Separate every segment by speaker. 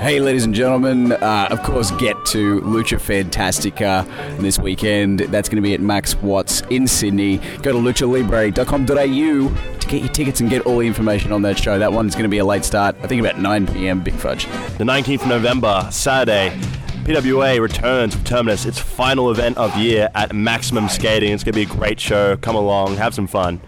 Speaker 1: Hey, ladies and gentlemen, uh, of course, get to Lucha Fantastica this weekend. That's going to be at Max Watts in Sydney. Go to luchalibre.com.au to get your tickets and get all the information on that show. That one's going to be a late start, I think about 9 p.m. Big Fudge.
Speaker 2: The 19th of November, Saturday, PWA returns with Terminus, its final event of year at Maximum Skating. It's going to be a great show. Come along, have some fun.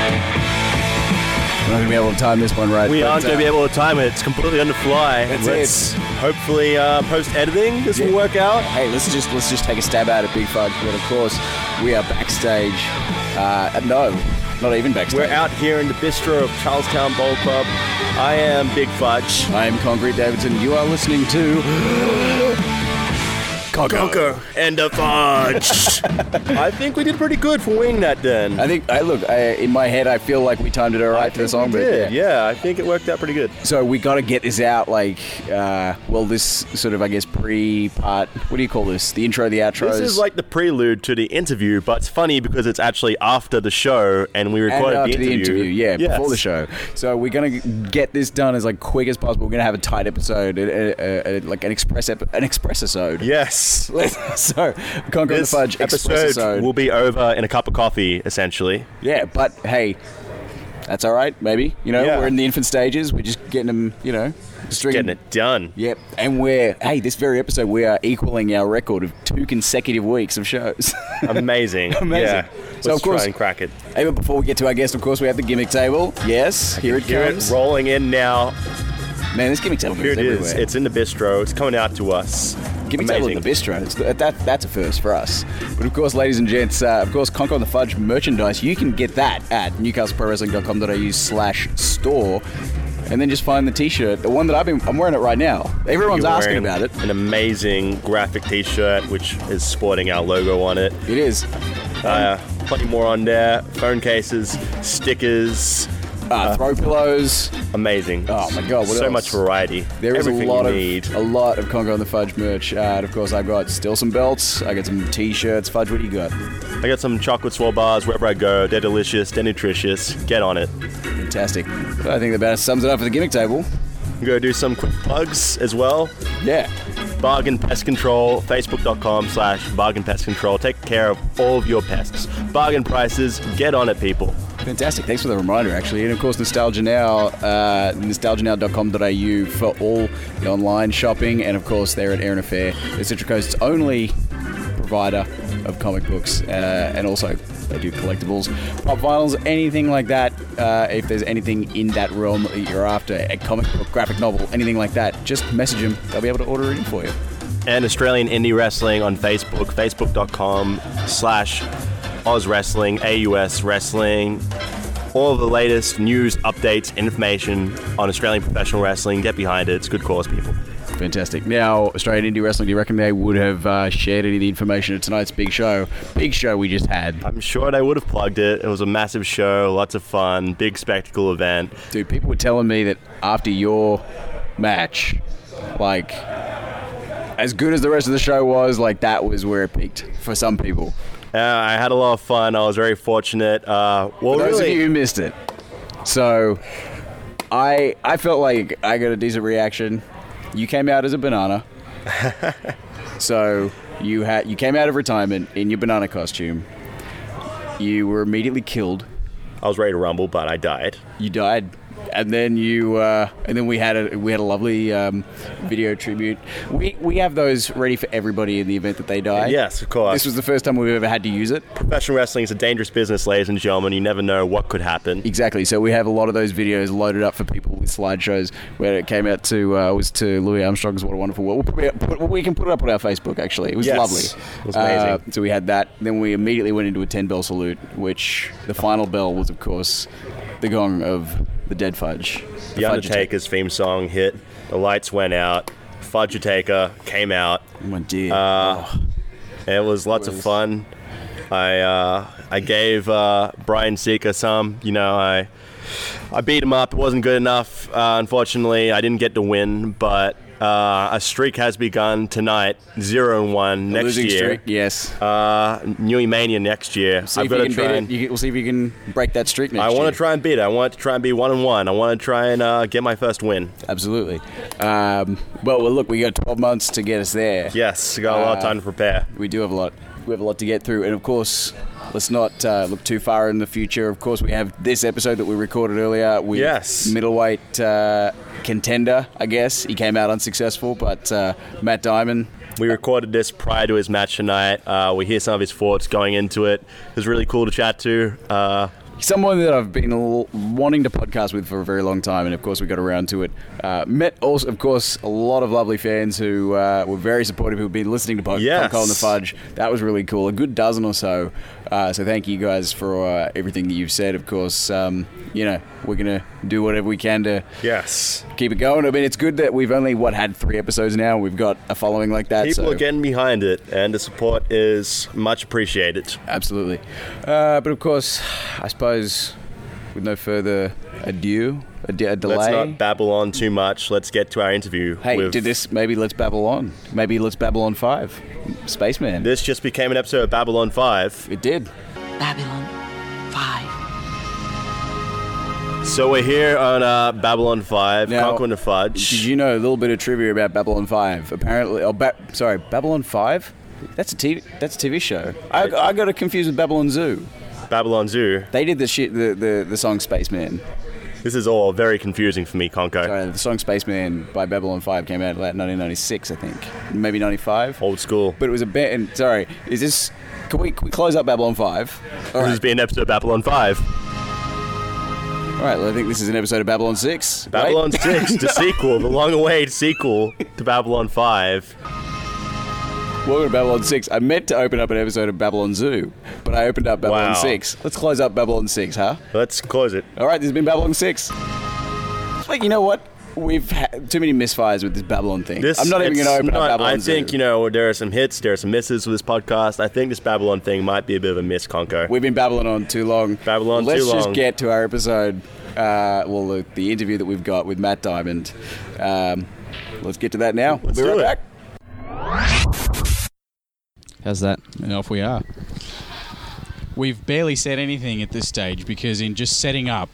Speaker 1: We're not going to be able to time this one right.
Speaker 2: We
Speaker 1: but,
Speaker 2: aren't going
Speaker 1: uh,
Speaker 2: to be able to time it. It's completely on the fly.
Speaker 1: That's
Speaker 2: Let's
Speaker 1: it.
Speaker 2: hopefully uh, post editing. This will work out.
Speaker 1: Hey, let's just let's just take a stab at it, Big Fudge. But of course, we are backstage. Uh, no, not even backstage.
Speaker 2: We're out here in the bistro of Charlestown Bowl Club. I am Big Fudge.
Speaker 1: I am Concrete Davidson. You are listening to Coco.
Speaker 2: and a fudge. I think we did pretty good for winging that then.
Speaker 1: I think I look I, in my head. I feel like we timed it all right to the song, but
Speaker 2: we did. yeah, I think it worked out pretty good.
Speaker 1: So we got to get this out, like, uh, well, this sort of I guess pre-part. What do you call this? The intro, the outro.
Speaker 2: This is like the prelude to the interview, but it's funny because it's actually after the show and we
Speaker 1: and
Speaker 2: recorded
Speaker 1: after
Speaker 2: the interview.
Speaker 1: yeah,
Speaker 2: Yes.
Speaker 1: before the show. So we're gonna get this done as like quick as possible. We're gonna have a tight episode, a, a, a, like an express, ep- an express episode.
Speaker 2: Yes.
Speaker 1: so Conquer the
Speaker 2: This
Speaker 1: Fudge express
Speaker 2: episode
Speaker 1: episode.
Speaker 2: will be over in a cup of coffee, essentially.
Speaker 1: yeah, but hey, that's all right. Maybe you know
Speaker 2: Yeah.
Speaker 1: we're in the infant stages. We're just getting them, you know, string.
Speaker 2: Getting it done.
Speaker 1: Yep, and we're hey, this very episode we are equaling our record of two consecutive weeks of shows.
Speaker 2: Amazing.
Speaker 1: Amazing.
Speaker 2: Yeah.
Speaker 1: So,
Speaker 2: Let's
Speaker 1: of course-
Speaker 2: try and crack it.
Speaker 1: hey, but before we get to our guest, of course, we have the gimmick table. Yes, here it
Speaker 2: Hear
Speaker 1: comes.
Speaker 2: it rolling in now.
Speaker 1: Man, this gimmick table goes
Speaker 2: Here it
Speaker 1: everywhere.
Speaker 2: is. It's in the bistro. It's coming out to us.
Speaker 1: Give me
Speaker 2: Amazing.
Speaker 1: table in the bistro. It's, that, that, that's a first for us. But of course, ladies and gents, uh, of course, Conquer on the Fudge merchandise, you can get that at newcastleprowrestling.com.au slash store. And then just find the t-shirt, the one that I've been, I'm wearing it right now. Everyone's
Speaker 2: You're
Speaker 1: asking about
Speaker 2: wearing
Speaker 1: it.
Speaker 2: An amazing graphic T-shirt, which is sporting our logo on it.
Speaker 1: It is.
Speaker 2: Uh, plenty more on there. Phone cases, stickers.
Speaker 1: Uh, throw pillows.
Speaker 2: Amazing.
Speaker 1: Oh my God, what
Speaker 2: so
Speaker 1: else?
Speaker 2: much variety.
Speaker 1: There is a
Speaker 2: Everything
Speaker 1: lot
Speaker 2: you
Speaker 1: of
Speaker 2: need.
Speaker 1: a lot of Congo on the Fudge merch. Uh, and of course, I've got still some belts. I got some t-shirts. Fudge, what do you got?
Speaker 2: I got some chocolate swirl bars wherever I go. They're delicious. They're nutritious. Get on it.
Speaker 1: Fantastic. But I think that about sums it up for the gimmick table.
Speaker 2: Go do some quick plugs as well.
Speaker 1: Yeah.
Speaker 2: Bargain Pest Control, facebook.com slash bargain pest control. Take care of all of your pests. Bargain prices, get on it, people.
Speaker 1: Fantastic. Thanks for the reminder, actually. And of course, Nostalgia Now, uh, nostalgianow.com.au for all the online shopping. And of course, they're at Erin Affair, the Central Coast's only provider of comic books. Uh, and also, they do collectibles, pop vinyls, anything like that. Uh, if there's anything in that realm that you're after, a comic book, graphic novel, anything like that, just message them. They'll be able to order it in for you.
Speaker 2: and Australian Indie Wrestling on Facebook, facebook.com slash Oz Wrestling, AUS Wrestling. All the latest news, updates, information on Australian professional wrestling. Get behind it. It's good cause, people.
Speaker 1: Fantastic. Now, Australian Indie Wrestling, do you reckon they would have uh, shared any of the information at tonight's big show? Big show we just had.
Speaker 2: I'm sure they would have plugged it. It was a massive show, lots of fun, big spectacle event.
Speaker 1: Dude, people were telling me that after your match, like, as good as the rest of the show was, like, that was where it peaked for some people.
Speaker 2: Uh, I had a lot of fun. I was very fortunate. Uh, well,
Speaker 1: For those
Speaker 2: really,
Speaker 1: of you who missed it. So, I I felt like I got a decent reaction. You came out as a banana. so, you had you came out of retirement in your banana costume. You were immediately killed.
Speaker 2: I was ready to rumble, but I died.
Speaker 1: you died and then you uh, and then we had a we had a lovely um, video tribute we we have those ready for everybody in the event that they die
Speaker 2: Yes, of course.
Speaker 1: this was the first time we've ever had to use it
Speaker 2: Professional wrestling is a dangerous business, ladies and gentlemen. You never know what could happen.
Speaker 1: exactly so we have a lot of those videos loaded up for people with slideshows where it came out to uh, was to louis armstrong's what a wonderful world we'll probably put, we can put it up on our facebook actually it was
Speaker 2: Yes.
Speaker 1: lovely
Speaker 2: It was amazing.
Speaker 1: Uh, so we had that then we immediately went into a 10 bell salute which the final bell was of course the gong of the dead fudge
Speaker 2: The
Speaker 1: Fudge Attack.
Speaker 2: Undertaker's theme song hit. The lights went out. Fudge Taker came out.
Speaker 1: my dear
Speaker 2: Uh, It was lots of fun. I uh, I gave uh, Brian Seeker some. You know, I I beat him up. It wasn't good enough. Uh, unfortunately, I didn't get to win, but Uh, a streak has begun tonight, zero and one next
Speaker 1: Losing
Speaker 2: year.
Speaker 1: streak, yes.
Speaker 2: Uh, Newey Mania next year.
Speaker 1: see
Speaker 2: I've
Speaker 1: if you
Speaker 2: got to
Speaker 1: can beat
Speaker 2: try
Speaker 1: it.
Speaker 2: and.
Speaker 1: You, we'll see if you can break that streak next
Speaker 2: I
Speaker 1: year.
Speaker 2: want to try and beat it. I want to try and be one and one. I want to try and uh, get my first win.
Speaker 1: Absolutely. Um, well, well, look, we got 12 months to get us there.
Speaker 2: Yes, got a lot
Speaker 1: Ah.
Speaker 2: of time to prepare.
Speaker 1: We do have a lot. We have a lot to get through, and of course, let's not uh, look too far in the future. Of course, we have this episode that we recorded earlier with
Speaker 2: Yes.
Speaker 1: middleweight uh, contender. I guess he came out unsuccessful, but uh, Matt Diamond.
Speaker 2: We recorded this prior to his match tonight. Uh, we hear some of his thoughts going into it. It was really cool to chat to. Uh,
Speaker 1: Someone that I've been l- wanting to podcast with for a very long time, and of course we got around to it. Uh, met also, of course, a lot of lovely fans who uh, were very supportive, who've been listening to Pop
Speaker 2: Yes.
Speaker 1: Cold and the Fudge. That was really cool. A good dozen or so. Uh, so thank you guys for uh, everything that you've said. Of course, um, you know we're gonna do whatever we can to
Speaker 2: yes.
Speaker 1: keep it going. I mean, it's good that we've only what had three episodes now. We've got a following like that.
Speaker 2: People
Speaker 1: so.
Speaker 2: are getting behind it, and the support is much appreciated.
Speaker 1: Absolutely. Uh, but of course, I suppose with no further ado, a, de- a delay.
Speaker 2: Let's not babble on too much. Let's get to our interview.
Speaker 1: hey,
Speaker 2: with-
Speaker 1: did this? Maybe let's babble on. Maybe let's babble on five. Spaceman.
Speaker 2: This just became an episode of Babylon 5.
Speaker 1: it did.
Speaker 3: Babylon 5.
Speaker 2: So we're here on uh, Babylon 5,
Speaker 1: Now,
Speaker 2: Conquering the Fudge.
Speaker 1: Did you know a little bit of trivia about Babylon Five? Apparently, oh, ba- sorry, Babylon Five. That's a TV. That's a TV show. I, I got it confused with Babylon Zoo.
Speaker 2: Babylon Zoo.
Speaker 1: They did the shit. The, the, the song Spaceman.
Speaker 2: This is all very confusing for me, Conko.
Speaker 1: Sorry, the song Spaceman by Babylon Five came out about 1996, I think, maybe 95.
Speaker 2: Old school.
Speaker 1: But it was a bit. And sorry, is this? Can we, can we close up Babylon Five? All
Speaker 2: this
Speaker 1: right.
Speaker 2: has been an episode of Babylon 5.
Speaker 1: All right. Well, I think this is an episode of Babylon Six. Wait.
Speaker 2: Babylon 6, the sequel, the long awaited sequel to Babylon 5.
Speaker 1: Welcome to Babylon Six. I meant to open up an episode of Babylon Zoo, but I opened up Babylon
Speaker 2: Wow.
Speaker 1: Six. Let's close up Babylon Six, huh?
Speaker 2: Let's close it.
Speaker 1: All right. This has been Babylon Six. Like you know what? We've had too many misfires with this Babylon thing.
Speaker 2: This,
Speaker 1: I'm not even
Speaker 2: it's
Speaker 1: going to open
Speaker 2: not-
Speaker 1: up Babylon
Speaker 2: I think,
Speaker 1: Zoo.
Speaker 2: you know, there are some hits, there are some misses with this podcast. I think this Babylon thing might be a bit of a miss, Conko.
Speaker 1: We've been babbling on too long.
Speaker 2: Babbling on
Speaker 1: Let's
Speaker 2: too
Speaker 1: just
Speaker 2: long.
Speaker 1: get to our episode. Uh, well, the, the interview that we've got with Matt Diamond. Um, let's get to that now.
Speaker 2: Let's
Speaker 1: we'll be
Speaker 2: do
Speaker 1: right
Speaker 2: it.
Speaker 1: back.
Speaker 4: How's that? And off we are. We've barely said anything at this stage because, in just setting up,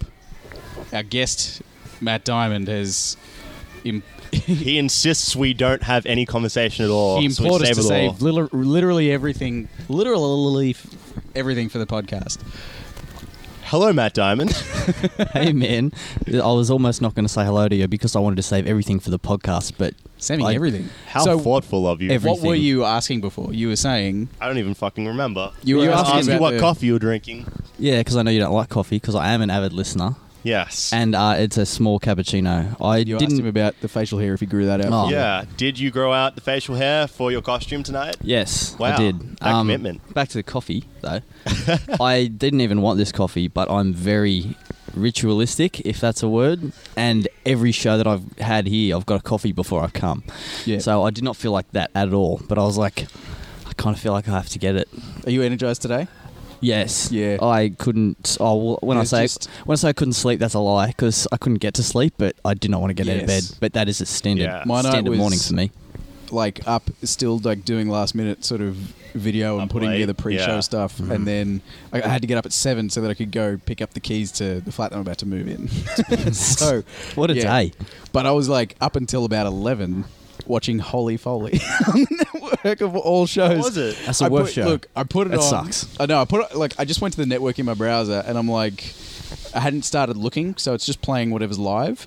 Speaker 4: our guest, Matt Diamond, has. Im-
Speaker 2: He insists we don't have any conversation at all.
Speaker 4: he
Speaker 2: so we
Speaker 4: implored us
Speaker 2: save
Speaker 4: to
Speaker 2: it all.
Speaker 4: save liter- literally everything, literally f- everything for the podcast.
Speaker 2: Hello, Matt Diamond.
Speaker 5: hey man, I was almost not going to say hello to you because I wanted to save everything for the podcast, but
Speaker 4: Saving
Speaker 5: I-
Speaker 4: everything.
Speaker 2: How
Speaker 4: so,
Speaker 2: thoughtful of you.
Speaker 5: Every-
Speaker 4: what were
Speaker 5: everything.
Speaker 4: you asking before? You were saying
Speaker 2: I don't even fucking remember.
Speaker 4: you were
Speaker 5: You asked
Speaker 4: asking
Speaker 5: me
Speaker 4: about
Speaker 2: what
Speaker 4: the-
Speaker 2: coffee you were drinking.
Speaker 5: Yeah, because I know you don't like coffee because I am an avid listener,
Speaker 2: Yes.
Speaker 5: and uh, it's a small cappuccino. I
Speaker 4: You asked
Speaker 5: didn't.
Speaker 4: him about the facial hair if he grew that out.
Speaker 5: Oh.
Speaker 2: yeah. Did you grow out the facial hair for your costume tonight?
Speaker 5: Yes,
Speaker 2: Wow,
Speaker 5: I did. Um,
Speaker 2: that commitment.
Speaker 5: Back to the coffee though. I didn't even want this coffee, but I'm very ritualistic, if that's a word. And every show that I've had here, I've got a coffee before I come.
Speaker 4: Yeah.
Speaker 5: So I did not feel like that at all. But I was like, I kind of feel like I have to get it.
Speaker 4: Are you energized today?
Speaker 5: Yes.
Speaker 4: Yeah.
Speaker 5: I couldn't. Oh, well, when I
Speaker 4: It's
Speaker 5: say
Speaker 4: just-
Speaker 5: when I say I couldn't sleep, that's a lie because I couldn't get to sleep, but I did not want to get out of bed.
Speaker 4: Yes.
Speaker 5: But that is a standard
Speaker 2: Yeah.
Speaker 4: My night
Speaker 5: standard
Speaker 4: was-
Speaker 5: morning for me.
Speaker 4: like up still like doing last minute sort of video and
Speaker 2: Up
Speaker 4: putting
Speaker 2: late,
Speaker 4: together pre-show
Speaker 2: yeah.
Speaker 4: stuff
Speaker 5: Mm-hmm.
Speaker 4: and then I, I had to get up at seven so that I could go pick up the keys to the flat that I'm about to move in so
Speaker 5: What a
Speaker 4: yeah.
Speaker 5: day!
Speaker 4: but I was like up until about 11 watching Holy Foley on the network of all shows
Speaker 2: was it?
Speaker 5: That's the
Speaker 4: I put,
Speaker 5: worst show.
Speaker 4: look I put it
Speaker 5: That
Speaker 4: on
Speaker 5: sucks.
Speaker 4: I know I put it like I just went to the network in my browser and I'm like I hadn't started looking so it's just playing whatever's live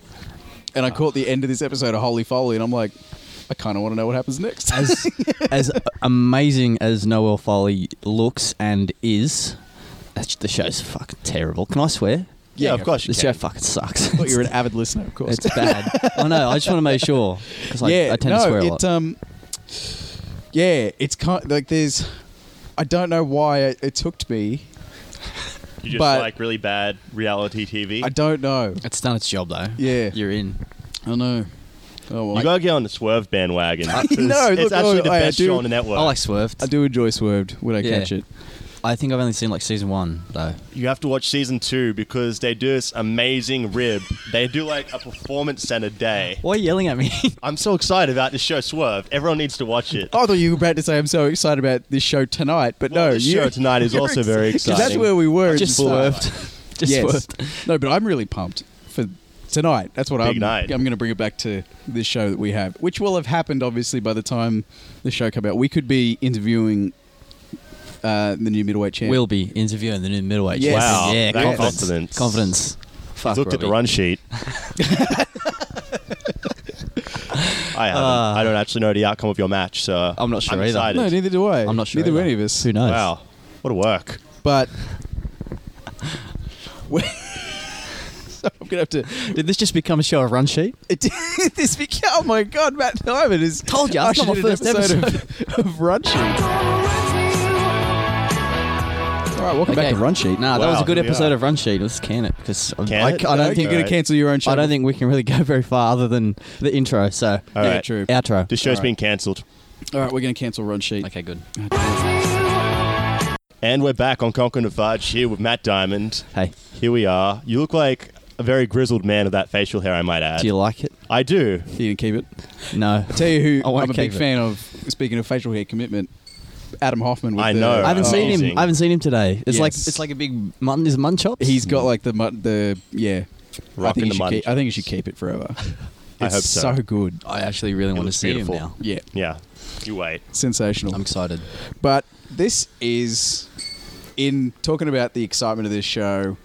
Speaker 4: and
Speaker 5: Ah.
Speaker 4: I caught the end of this episode of Holy Foley and I'm like I kind of want to know what happens next
Speaker 5: As as amazing as Noel Foley looks and is, that's- the show's fucking terrible. Can I swear?
Speaker 2: Yeah, of course
Speaker 5: The
Speaker 2: you
Speaker 5: show
Speaker 2: can.
Speaker 5: fucking sucks.
Speaker 4: But you're an avid listener, of course.
Speaker 5: it's bad. I know. I just want to make sure because I, I tend to swear a lot.
Speaker 4: It, um, yeah, it's kind like there's. I don't know why it, it took me.
Speaker 2: You just
Speaker 4: But-
Speaker 2: like really bad reality TV.
Speaker 4: I don't know.
Speaker 5: it's done its job though.
Speaker 4: Yeah.
Speaker 5: you're in.
Speaker 4: I know. Oh well.
Speaker 2: you gotta get on the Swerve bandwagon.
Speaker 4: No,
Speaker 2: it's
Speaker 4: look,
Speaker 2: actually the
Speaker 4: I- I
Speaker 2: best
Speaker 4: do-
Speaker 2: show on the network.
Speaker 5: I like Swerved.
Speaker 4: I do enjoy Swerved when I
Speaker 5: Yeah.
Speaker 4: catch it.
Speaker 5: I think I've only seen like season one though.
Speaker 6: You have to watch season two because they do this amazing rib. They do like a performance center day.
Speaker 5: Why are you yelling at me?
Speaker 6: I'm so excited about this show, Swerve. Everyone needs to watch it.
Speaker 1: I thought you were about to say I'm so excited about this show tonight, but
Speaker 6: Well,
Speaker 1: no,
Speaker 6: this
Speaker 1: you-
Speaker 6: show tonight is
Speaker 1: you're
Speaker 6: also very
Speaker 1: 'cause That's
Speaker 6: exciting.
Speaker 1: where we were.
Speaker 5: Just
Speaker 1: in Starlight.
Speaker 5: swerved. Just
Speaker 1: yes.
Speaker 5: swerved.
Speaker 1: No, but I'm really pumped for tonight. That's what I'm.
Speaker 6: night.
Speaker 1: I'm going to bring it back to this show that we have, which will have happened obviously by the time the show come out. We could be interviewing uh, the new middleweight champ.
Speaker 5: We'll be interviewing the new middleweight.
Speaker 1: Yes.
Speaker 5: champion.
Speaker 6: Wow,
Speaker 5: Yeah,
Speaker 6: that confidence.
Speaker 5: confidence. Confidence. Fuck,
Speaker 6: Looked at the
Speaker 5: Robbie.
Speaker 6: run sheet. I haven't. I don't actually know the outcome of your match, so
Speaker 5: I'm not sure either.
Speaker 6: excited.
Speaker 1: No, neither do I.
Speaker 5: I'm not sure
Speaker 1: Neither do
Speaker 5: either.
Speaker 1: any of us.
Speaker 5: Who knows?
Speaker 6: Wow, what a work!
Speaker 1: But. We- So I'm gonna have to.
Speaker 5: Did this just become a show of run sheet?
Speaker 1: It did this became. Oh my god, Matt Diamond is.
Speaker 5: Told ya, it's not my
Speaker 1: ushered in an
Speaker 5: first
Speaker 1: Of, of Run Sheet. All right, welcome back to Run Sheet.
Speaker 5: Nah, that
Speaker 6: Wow,
Speaker 5: was a good
Speaker 6: here we
Speaker 5: episode
Speaker 6: are.
Speaker 5: of run sheet. Let's can it because I,
Speaker 6: Can
Speaker 5: I,
Speaker 6: it?
Speaker 5: I don't
Speaker 6: No,
Speaker 5: think
Speaker 1: you're going
Speaker 6: Alright.
Speaker 1: to cancel your own show.
Speaker 5: I don't think we can really go very far other than the intro. So
Speaker 6: All
Speaker 1: Yeah,
Speaker 6: right.
Speaker 1: true.
Speaker 5: outro.
Speaker 6: This show's been cancelled,
Speaker 1: All right, we're going to cancel Run Sheet.
Speaker 5: okay, good.
Speaker 6: and we're back on Conquer and Fudge here with Matt Diamond.
Speaker 5: Hey,
Speaker 6: Here we are. You look like a very grizzled man with that facial hair, I might add.
Speaker 5: do you like it?
Speaker 6: I do.
Speaker 1: You can keep it.
Speaker 5: No.
Speaker 1: Tell you
Speaker 5: I
Speaker 1: who
Speaker 5: won't
Speaker 1: I'm a big
Speaker 5: keep it.
Speaker 1: fan of. Speaking of facial hair commitment, Adam Hoffman. With
Speaker 6: I
Speaker 1: the- uh,
Speaker 6: know.
Speaker 5: I haven't seen
Speaker 6: Amazing.
Speaker 5: him. I haven't seen him today. It's like
Speaker 1: Yes.
Speaker 5: it's like a big mutton. Is it mutton chops?
Speaker 1: He's got like the mut- the yeah. I
Speaker 6: Rocking
Speaker 1: think, you
Speaker 6: the
Speaker 1: should
Speaker 6: money.
Speaker 1: keep, I think you should keep it forever.
Speaker 6: I
Speaker 1: It's
Speaker 6: hope so.
Speaker 1: good.
Speaker 5: I actually really want to
Speaker 6: looks
Speaker 5: see
Speaker 6: beautiful.
Speaker 5: him now.
Speaker 1: Yeah,
Speaker 6: Yeah. You wait.
Speaker 1: sensational.
Speaker 5: I'm excited.
Speaker 1: But this is in talking about the excitement of this show.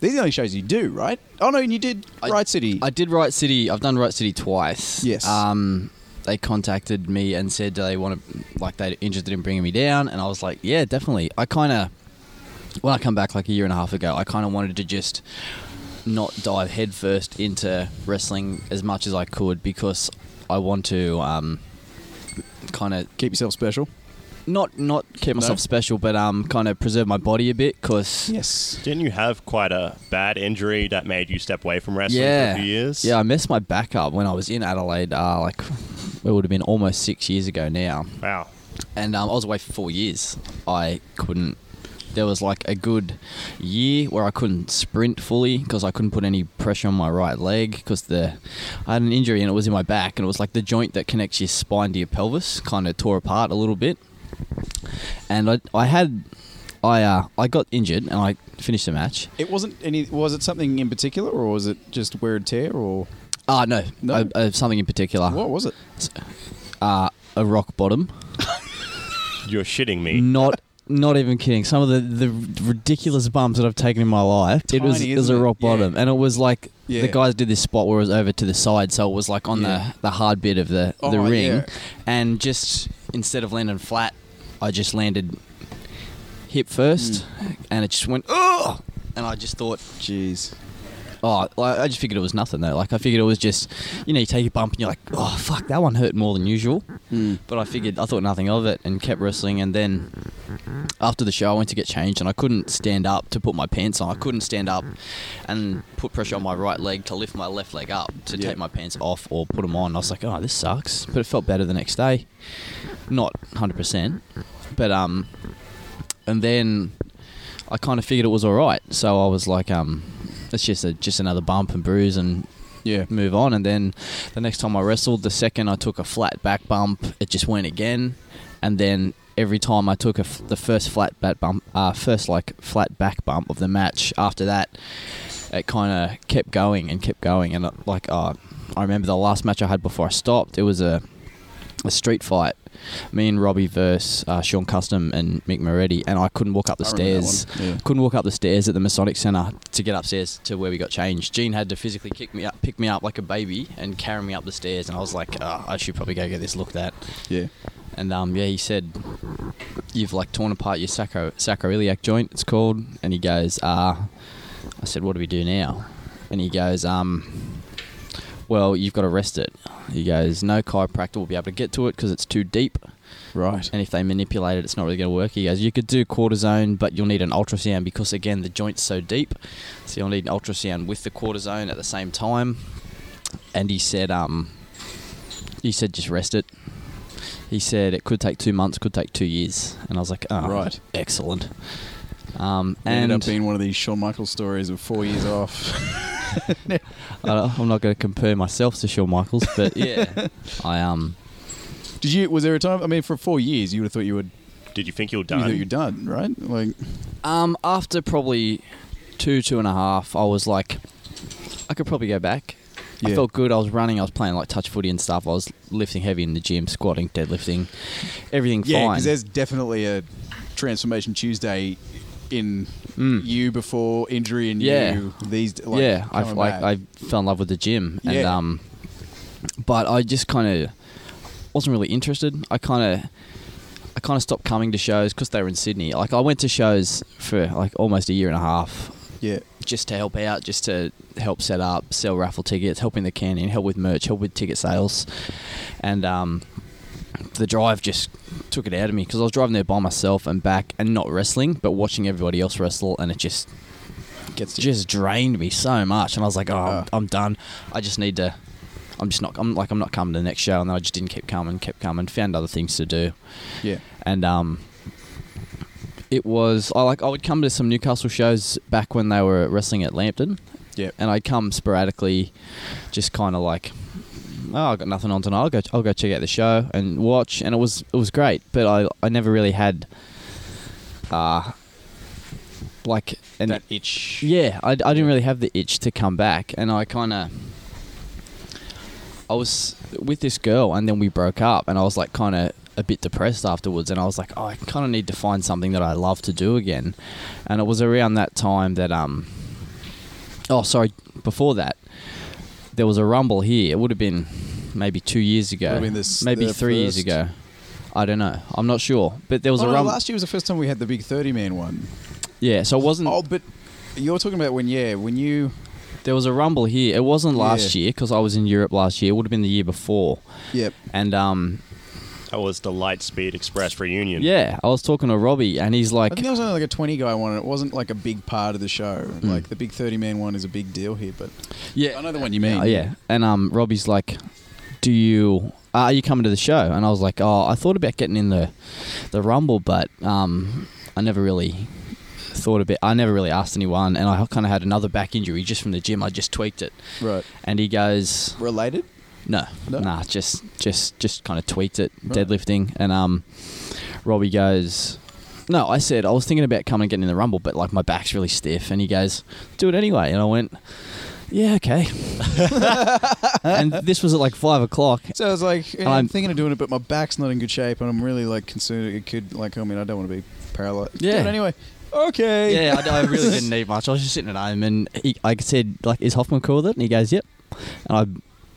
Speaker 1: These are the only shows you do, right? Oh no, and you did
Speaker 5: I-
Speaker 1: Right City.
Speaker 5: I did Right City. I've done Right City twice.
Speaker 1: Yes.
Speaker 5: Um, they contacted me and said they want to, like, they're interested in bringing me down, and I was like, yeah, definitely. I kind of, when I come back like a year and a half ago, I kind of wanted to just not dive headfirst into wrestling as much as I could because I want to um, kind of
Speaker 1: Keep yourself special.
Speaker 5: not not keep myself special, but um, kind of preserve my body a bit because.
Speaker 1: Yes.
Speaker 6: Didn't you have quite a bad injury that made you step away from wrestling
Speaker 5: yeah.
Speaker 6: for a few years?
Speaker 5: Yeah, I messed my back up when I was in Adelaide. Uh, like it would have been almost six years ago now,
Speaker 6: Wow.
Speaker 5: and um, I was away for four years. I couldn't. There was like a good year where I couldn't sprint fully because I couldn't put any pressure on my right leg because the I had an injury and it was in my back and it was like the joint that connects your spine to your pelvis kind of tore apart a little bit, and I I had. I uh, I got injured and I finished the match.
Speaker 1: It wasn't any. Was it something in particular, or was it just wear and tear, or
Speaker 5: Ah no,
Speaker 1: No.
Speaker 5: Uh, uh, something in particular.
Speaker 1: what was it?
Speaker 5: uh, a rock bottom.
Speaker 6: You're shitting me.
Speaker 5: Not not even kidding. Some of the, the ridiculous bumps that I've taken in my life. it was
Speaker 1: Tiny,
Speaker 5: it was a
Speaker 1: isn't it?
Speaker 5: rock bottom,
Speaker 1: Yeah.
Speaker 5: and it was like
Speaker 1: Yeah.
Speaker 5: the guys did this spot where it was over to the side, so it was like on
Speaker 1: Yeah.
Speaker 5: the the hard bit of the the
Speaker 1: Oh,
Speaker 5: ring,
Speaker 1: yeah.
Speaker 5: and just instead of landing flat, I just landed hip first,
Speaker 1: Hmm.
Speaker 5: and it just went oh, and I just thought
Speaker 1: Jeez.
Speaker 5: Oh, like, I just figured it was nothing though. Like I figured it was just, you know, you take a bump and you're like, oh fuck, that one hurt more than usual. But I figured I thought nothing of it and kept wrestling. And then after the show, I went to get changed and I couldn't stand up to put my pants on. I couldn't stand up and put pressure on my right leg to lift my left leg up to
Speaker 1: Yeah.
Speaker 5: take my pants off or put them on. I was like, oh, this sucks. But it felt better the next day. Not 100, percent but um, and then I kind of figured it was all right. So I was like, um, it's just a just another bump and bruise and
Speaker 1: Yeah.
Speaker 5: move on. And then the next time I wrestled, the second I took a flat back bump, it just went again. And then every time I took a f- the first flat back bump, uh, first like flat back bump of the match, after that, it kind of kept going and kept going. And uh, like, uh, I remember the last match I had before I stopped, it was a a street fight. Me and Robbie versus uh, Sean Custom and Mick Moretti, and I couldn't walk up the
Speaker 1: I remember that
Speaker 5: stairs.
Speaker 1: one, yeah.
Speaker 5: Couldn't walk up the stairs at the Masonic Center to get upstairs to where we got changed. Gene had to physically kick me up, pick me up like a baby, and carry me up the stairs. And I was like, oh, I should probably go get this looked at.
Speaker 1: Yeah.
Speaker 5: And um, yeah, he said, "You've like torn apart your sacro sacroiliac joint. It's called." And he goes, "Ah." I said, "What do we do now?" And he goes, "Um, well, you've got to rest it." He goes, "No chiropractor will be able to get to it because it's too deep,
Speaker 1: Right.
Speaker 5: and if they manipulate it, it's not really going to work." He goes, "You could do cortisone, but you'll need an ultrasound because again, the joint's so deep, so you'll need an ultrasound with the cortisone at the same time." And he said, "Um, he said just rest it." He said it could take two months, could take two years, and I was like, oh,
Speaker 1: Right.
Speaker 5: excellent. Um,
Speaker 1: It ended
Speaker 5: and
Speaker 1: up being one of these Shawn Michaels stories of four years off.
Speaker 5: I, I'm not going to compare myself to Shawn Michaels, but yeah, I um,
Speaker 1: Did you? Was there a time? I mean, for four years, you would have thought you would.
Speaker 5: Mm.
Speaker 2: Did you think you were
Speaker 1: You
Speaker 2: done?
Speaker 1: thought you're done, right? Like,
Speaker 5: um, after probably two, two and a half, I was like, I could probably go back. I
Speaker 1: Yeah.
Speaker 5: felt good. I was running. I was playing like touch footy and stuff. I was lifting heavy in the gym, squatting, deadlifting, everything
Speaker 1: yeah,
Speaker 5: fine.
Speaker 1: because there's definitely a transformation Tuesday in you before injury and
Speaker 5: Mm. Yeah.
Speaker 1: you these. Like,
Speaker 5: yeah, I
Speaker 1: coming
Speaker 5: like
Speaker 1: back.
Speaker 5: I fell in love with the gym, and
Speaker 1: Yeah.
Speaker 5: um, but I just kind of wasn't really interested. I kind of I kind of stopped coming to shows because they were in Sydney. Like I went to shows for like almost a year and a half,
Speaker 1: yeah.
Speaker 5: just to help out, just to help set up, sell raffle tickets, help in the canyon, help with merch, help with ticket sales, and um, the drive just took it out of me because I was driving there by myself and back and not wrestling, but watching everybody else wrestle, and it just
Speaker 1: Gets to-
Speaker 5: just drained me so much, and I was like, oh, I'm, I'm done. I just need to. I'm just not. I'm like I'm not coming to the next show, and then I just didn't keep coming, kept coming, found other things to do,
Speaker 1: Yeah.
Speaker 5: and um, it was I like I would come to some Newcastle shows back when they were wrestling at Lambton,
Speaker 1: Yeah.
Speaker 5: and I'd come sporadically, just kind of like, oh, I have got nothing on tonight. I'll go, I'll go check out the show and watch, and it was it was great. But I I never really had, uh like an
Speaker 1: that itch.
Speaker 5: yeah, I, I didn't really have the itch to come back, and I kind of. I was with this girl, and then we broke up, and I was like kind of a bit depressed afterwards, and I was like, oh, I kind of need to find something that I love to do again, and it was around that time that um. Oh, sorry. Before that, there was a rumble here. It would have been maybe two years ago,
Speaker 1: Would've been this-
Speaker 5: maybe
Speaker 1: the
Speaker 5: three years
Speaker 1: first-
Speaker 5: ago. I don't know. I'm not sure, but there was
Speaker 1: Oh,
Speaker 5: a
Speaker 1: no,
Speaker 5: rumble.
Speaker 1: last year was the first time we had the big thirty-man one.
Speaker 5: yeah, so it wasn't.
Speaker 1: Oh, but you're talking about when? Yeah, when you.
Speaker 5: There was a rumble here. It wasn't last
Speaker 1: Yeah.
Speaker 5: year 'cause year because I was in Europe last year. It would have been the year before.
Speaker 1: Yep.
Speaker 5: And um,
Speaker 2: That was the Lightspeed Express reunion.
Speaker 5: yeah, I was talking to Robbie, and he's like,
Speaker 1: I think that was only like a 20 guy one, and it wasn't like a big part of the show. Like the big 30 man one is a big deal here, but
Speaker 5: Mm. "Yeah,
Speaker 1: I know the one you mean.
Speaker 5: Uh, yeah." And um, Robbie's like, "Do you uh, are you coming to the show?" And I was like, "Oh, I thought about getting in the the rumble, but um, I never really." Thought about. I never really asked anyone, and I kind of had another back injury just from the gym. I just tweaked it,
Speaker 1: Right.
Speaker 5: and he goes,
Speaker 1: Related?
Speaker 5: No,
Speaker 1: No?
Speaker 5: nah, just just just kind of tweaked it,
Speaker 1: Right.
Speaker 5: deadlifting, and um, Robbie goes, no, I said I was thinking about coming and getting in the rumble, but like my back's really stiff, and he goes, do it anyway, and I went, yeah, okay, and this was at like five o'clock.
Speaker 1: So I was like, yeah, I'm
Speaker 5: I'm-
Speaker 1: thinking of doing it, but my back's not in good shape, and I'm really like concerned it could, like, I mean, I don't want to be paralyzed.
Speaker 5: Yeah.
Speaker 1: But anyway, okay.
Speaker 5: Yeah, I, I really didn't need much. I was just sitting at home, and he, I said, like, is Hoffman cool with it? And he goes, yep. And I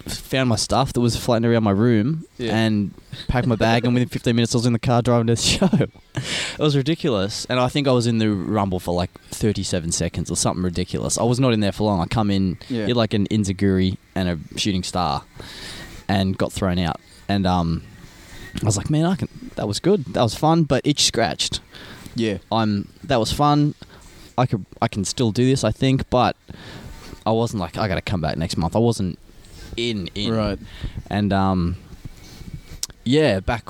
Speaker 5: found my stuff that was floating around my room
Speaker 1: Yeah.
Speaker 5: and packed my bag, and within 15 minutes, I was in the car driving to the show. it was ridiculous. And I think I was in the Rumble for like 37 seconds or something ridiculous. I was not in there for long. I come in,
Speaker 1: Yeah.
Speaker 5: you're like an Inzaguri and a shooting star, and got thrown out. And, um,. I was like, man, I can. That was good. That was fun, but itch scratched.
Speaker 1: Yeah.
Speaker 5: I'm that was fun. I could I can still do this I think, but I wasn't like I got to come back next month. I wasn't in in
Speaker 1: Right.
Speaker 5: and um yeah back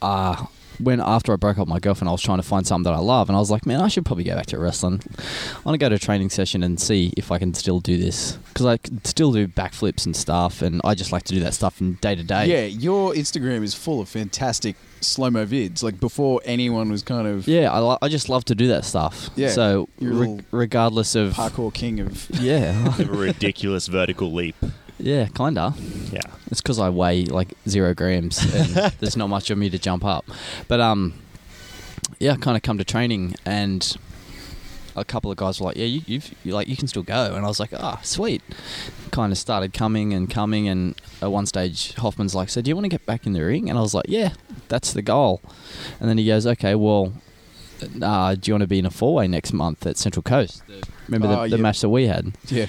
Speaker 5: uh when after I broke up with my girlfriend, I was trying to find something that I love, and I was like, man, I should probably go back to wrestling. I want to go to a training session and see if I can still do this because I could still do backflips and stuff, and I just like to do that stuff in day to day.
Speaker 1: Yeah, your Instagram is full of fantastic slow mo vids, like, before anyone was kind of
Speaker 5: yeah, I, lo- I just love to do that stuff.
Speaker 1: Yeah,
Speaker 5: So
Speaker 1: you're a
Speaker 5: re-
Speaker 1: little
Speaker 5: regardless of
Speaker 1: parkour king of.
Speaker 5: yeah,
Speaker 2: A ridiculous vertical leap.
Speaker 5: Yeah, kinda.
Speaker 2: Yeah.
Speaker 5: It's because I weigh like zero grams, and there's not much of me to jump up. But um, yeah, I kind of come to training, and a couple of guys were like, "Yeah, you, you've you like you can still go," and I was like, "Ah, sweet." Kind of started coming and coming, and at one stage, Hoffman's like, "So do you want to get back in the ring?" And I was like, "Yeah, that's the goal." And then he goes, "Okay, well." Uh, do you want to be in a four way next month at Central Coast? The- Remember the,
Speaker 1: Oh,
Speaker 5: the
Speaker 1: yeah.
Speaker 5: match that we had?
Speaker 1: Yeah.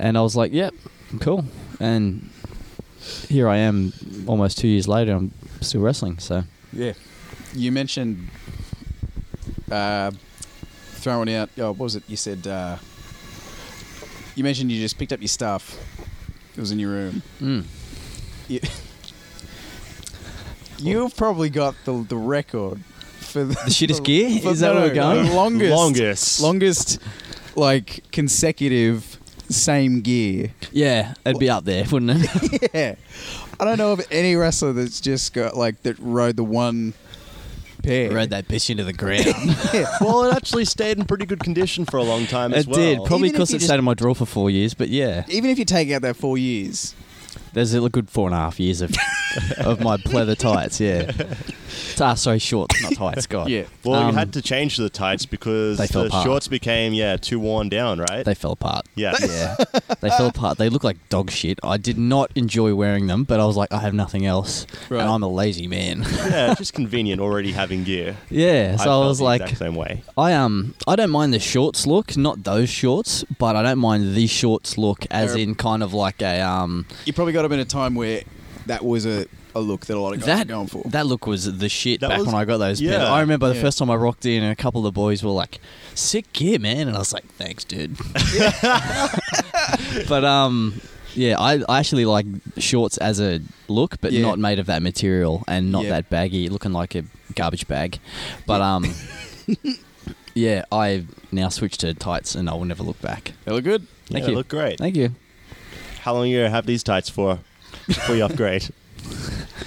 Speaker 5: And I was like, yep, cool. And here I am almost two years later, I'm still wrestling. So,
Speaker 1: Yeah. You mentioned uh, throwing out. Oh, what was it? You said. Uh, you mentioned you just picked up your stuff. It was in your room.
Speaker 5: mm.
Speaker 1: You, You've probably got the, the record for the,
Speaker 5: shittest gear? Is that where we're going?
Speaker 1: the Longest,
Speaker 2: Longest.
Speaker 1: longest, like consecutive same gear.
Speaker 5: Yeah, it'd be up there, wouldn't it?
Speaker 1: Yeah, I don't know of any wrestler that's just got like that rode the one pair.
Speaker 5: Rode that bitch into the ground.
Speaker 2: well, it actually stayed in pretty good condition for a long time as
Speaker 5: it
Speaker 2: well.
Speaker 5: did, probably
Speaker 1: Even if
Speaker 5: because
Speaker 1: you
Speaker 5: it
Speaker 1: just-
Speaker 5: stayed in my drawer for four years. But yeah,
Speaker 1: Even if you take out that four years,
Speaker 5: there's a good four and a half years of of my pleather tights. Yeah, ah, sorry, shorts, not tights. God,
Speaker 1: Yeah.
Speaker 2: Well,
Speaker 5: Um,
Speaker 2: you had to change the tights because
Speaker 5: They fell
Speaker 2: the
Speaker 5: apart.
Speaker 2: shorts became yeah too worn down, right?
Speaker 5: they fell apart.
Speaker 2: yeah.
Speaker 5: Yeah, they fell apart. They look like dog shit. I did not enjoy wearing them, but I was like, I have nothing else,
Speaker 1: Right.
Speaker 5: and I'm a lazy man.
Speaker 2: yeah, it's just convenient already having gear.
Speaker 5: yeah, so I,
Speaker 2: felt
Speaker 5: was
Speaker 2: the
Speaker 5: like,
Speaker 2: exact same way.
Speaker 5: I um, I don't mind the shorts look, not those shorts, but I don't mind the shorts look, as
Speaker 1: They're-
Speaker 5: in kind of like a um,
Speaker 1: you probably got them in a time where that was a, a look that a lot of guys
Speaker 5: that
Speaker 1: were going for.
Speaker 5: that look was the shit
Speaker 2: That
Speaker 5: back
Speaker 2: was-
Speaker 5: when I got those.
Speaker 2: yeah.
Speaker 5: pairs. I remember the
Speaker 1: Yeah.
Speaker 5: first time I rocked in, and a couple of the boys were like, "Sick gear, man," and I was like, "Thanks, dude." but um, yeah, I, I actually like shorts as a look, but
Speaker 1: Yeah.
Speaker 5: not made of that material and not
Speaker 1: Yeah.
Speaker 5: that baggy, looking like a garbage bag. But um, yeah, I now switched to tights, and I will never look back.
Speaker 1: They look good.
Speaker 5: Thank
Speaker 2: yeah,
Speaker 5: you.
Speaker 2: Look great.
Speaker 5: Thank you.
Speaker 2: How long you gonna have these tights for? Before you upgrade,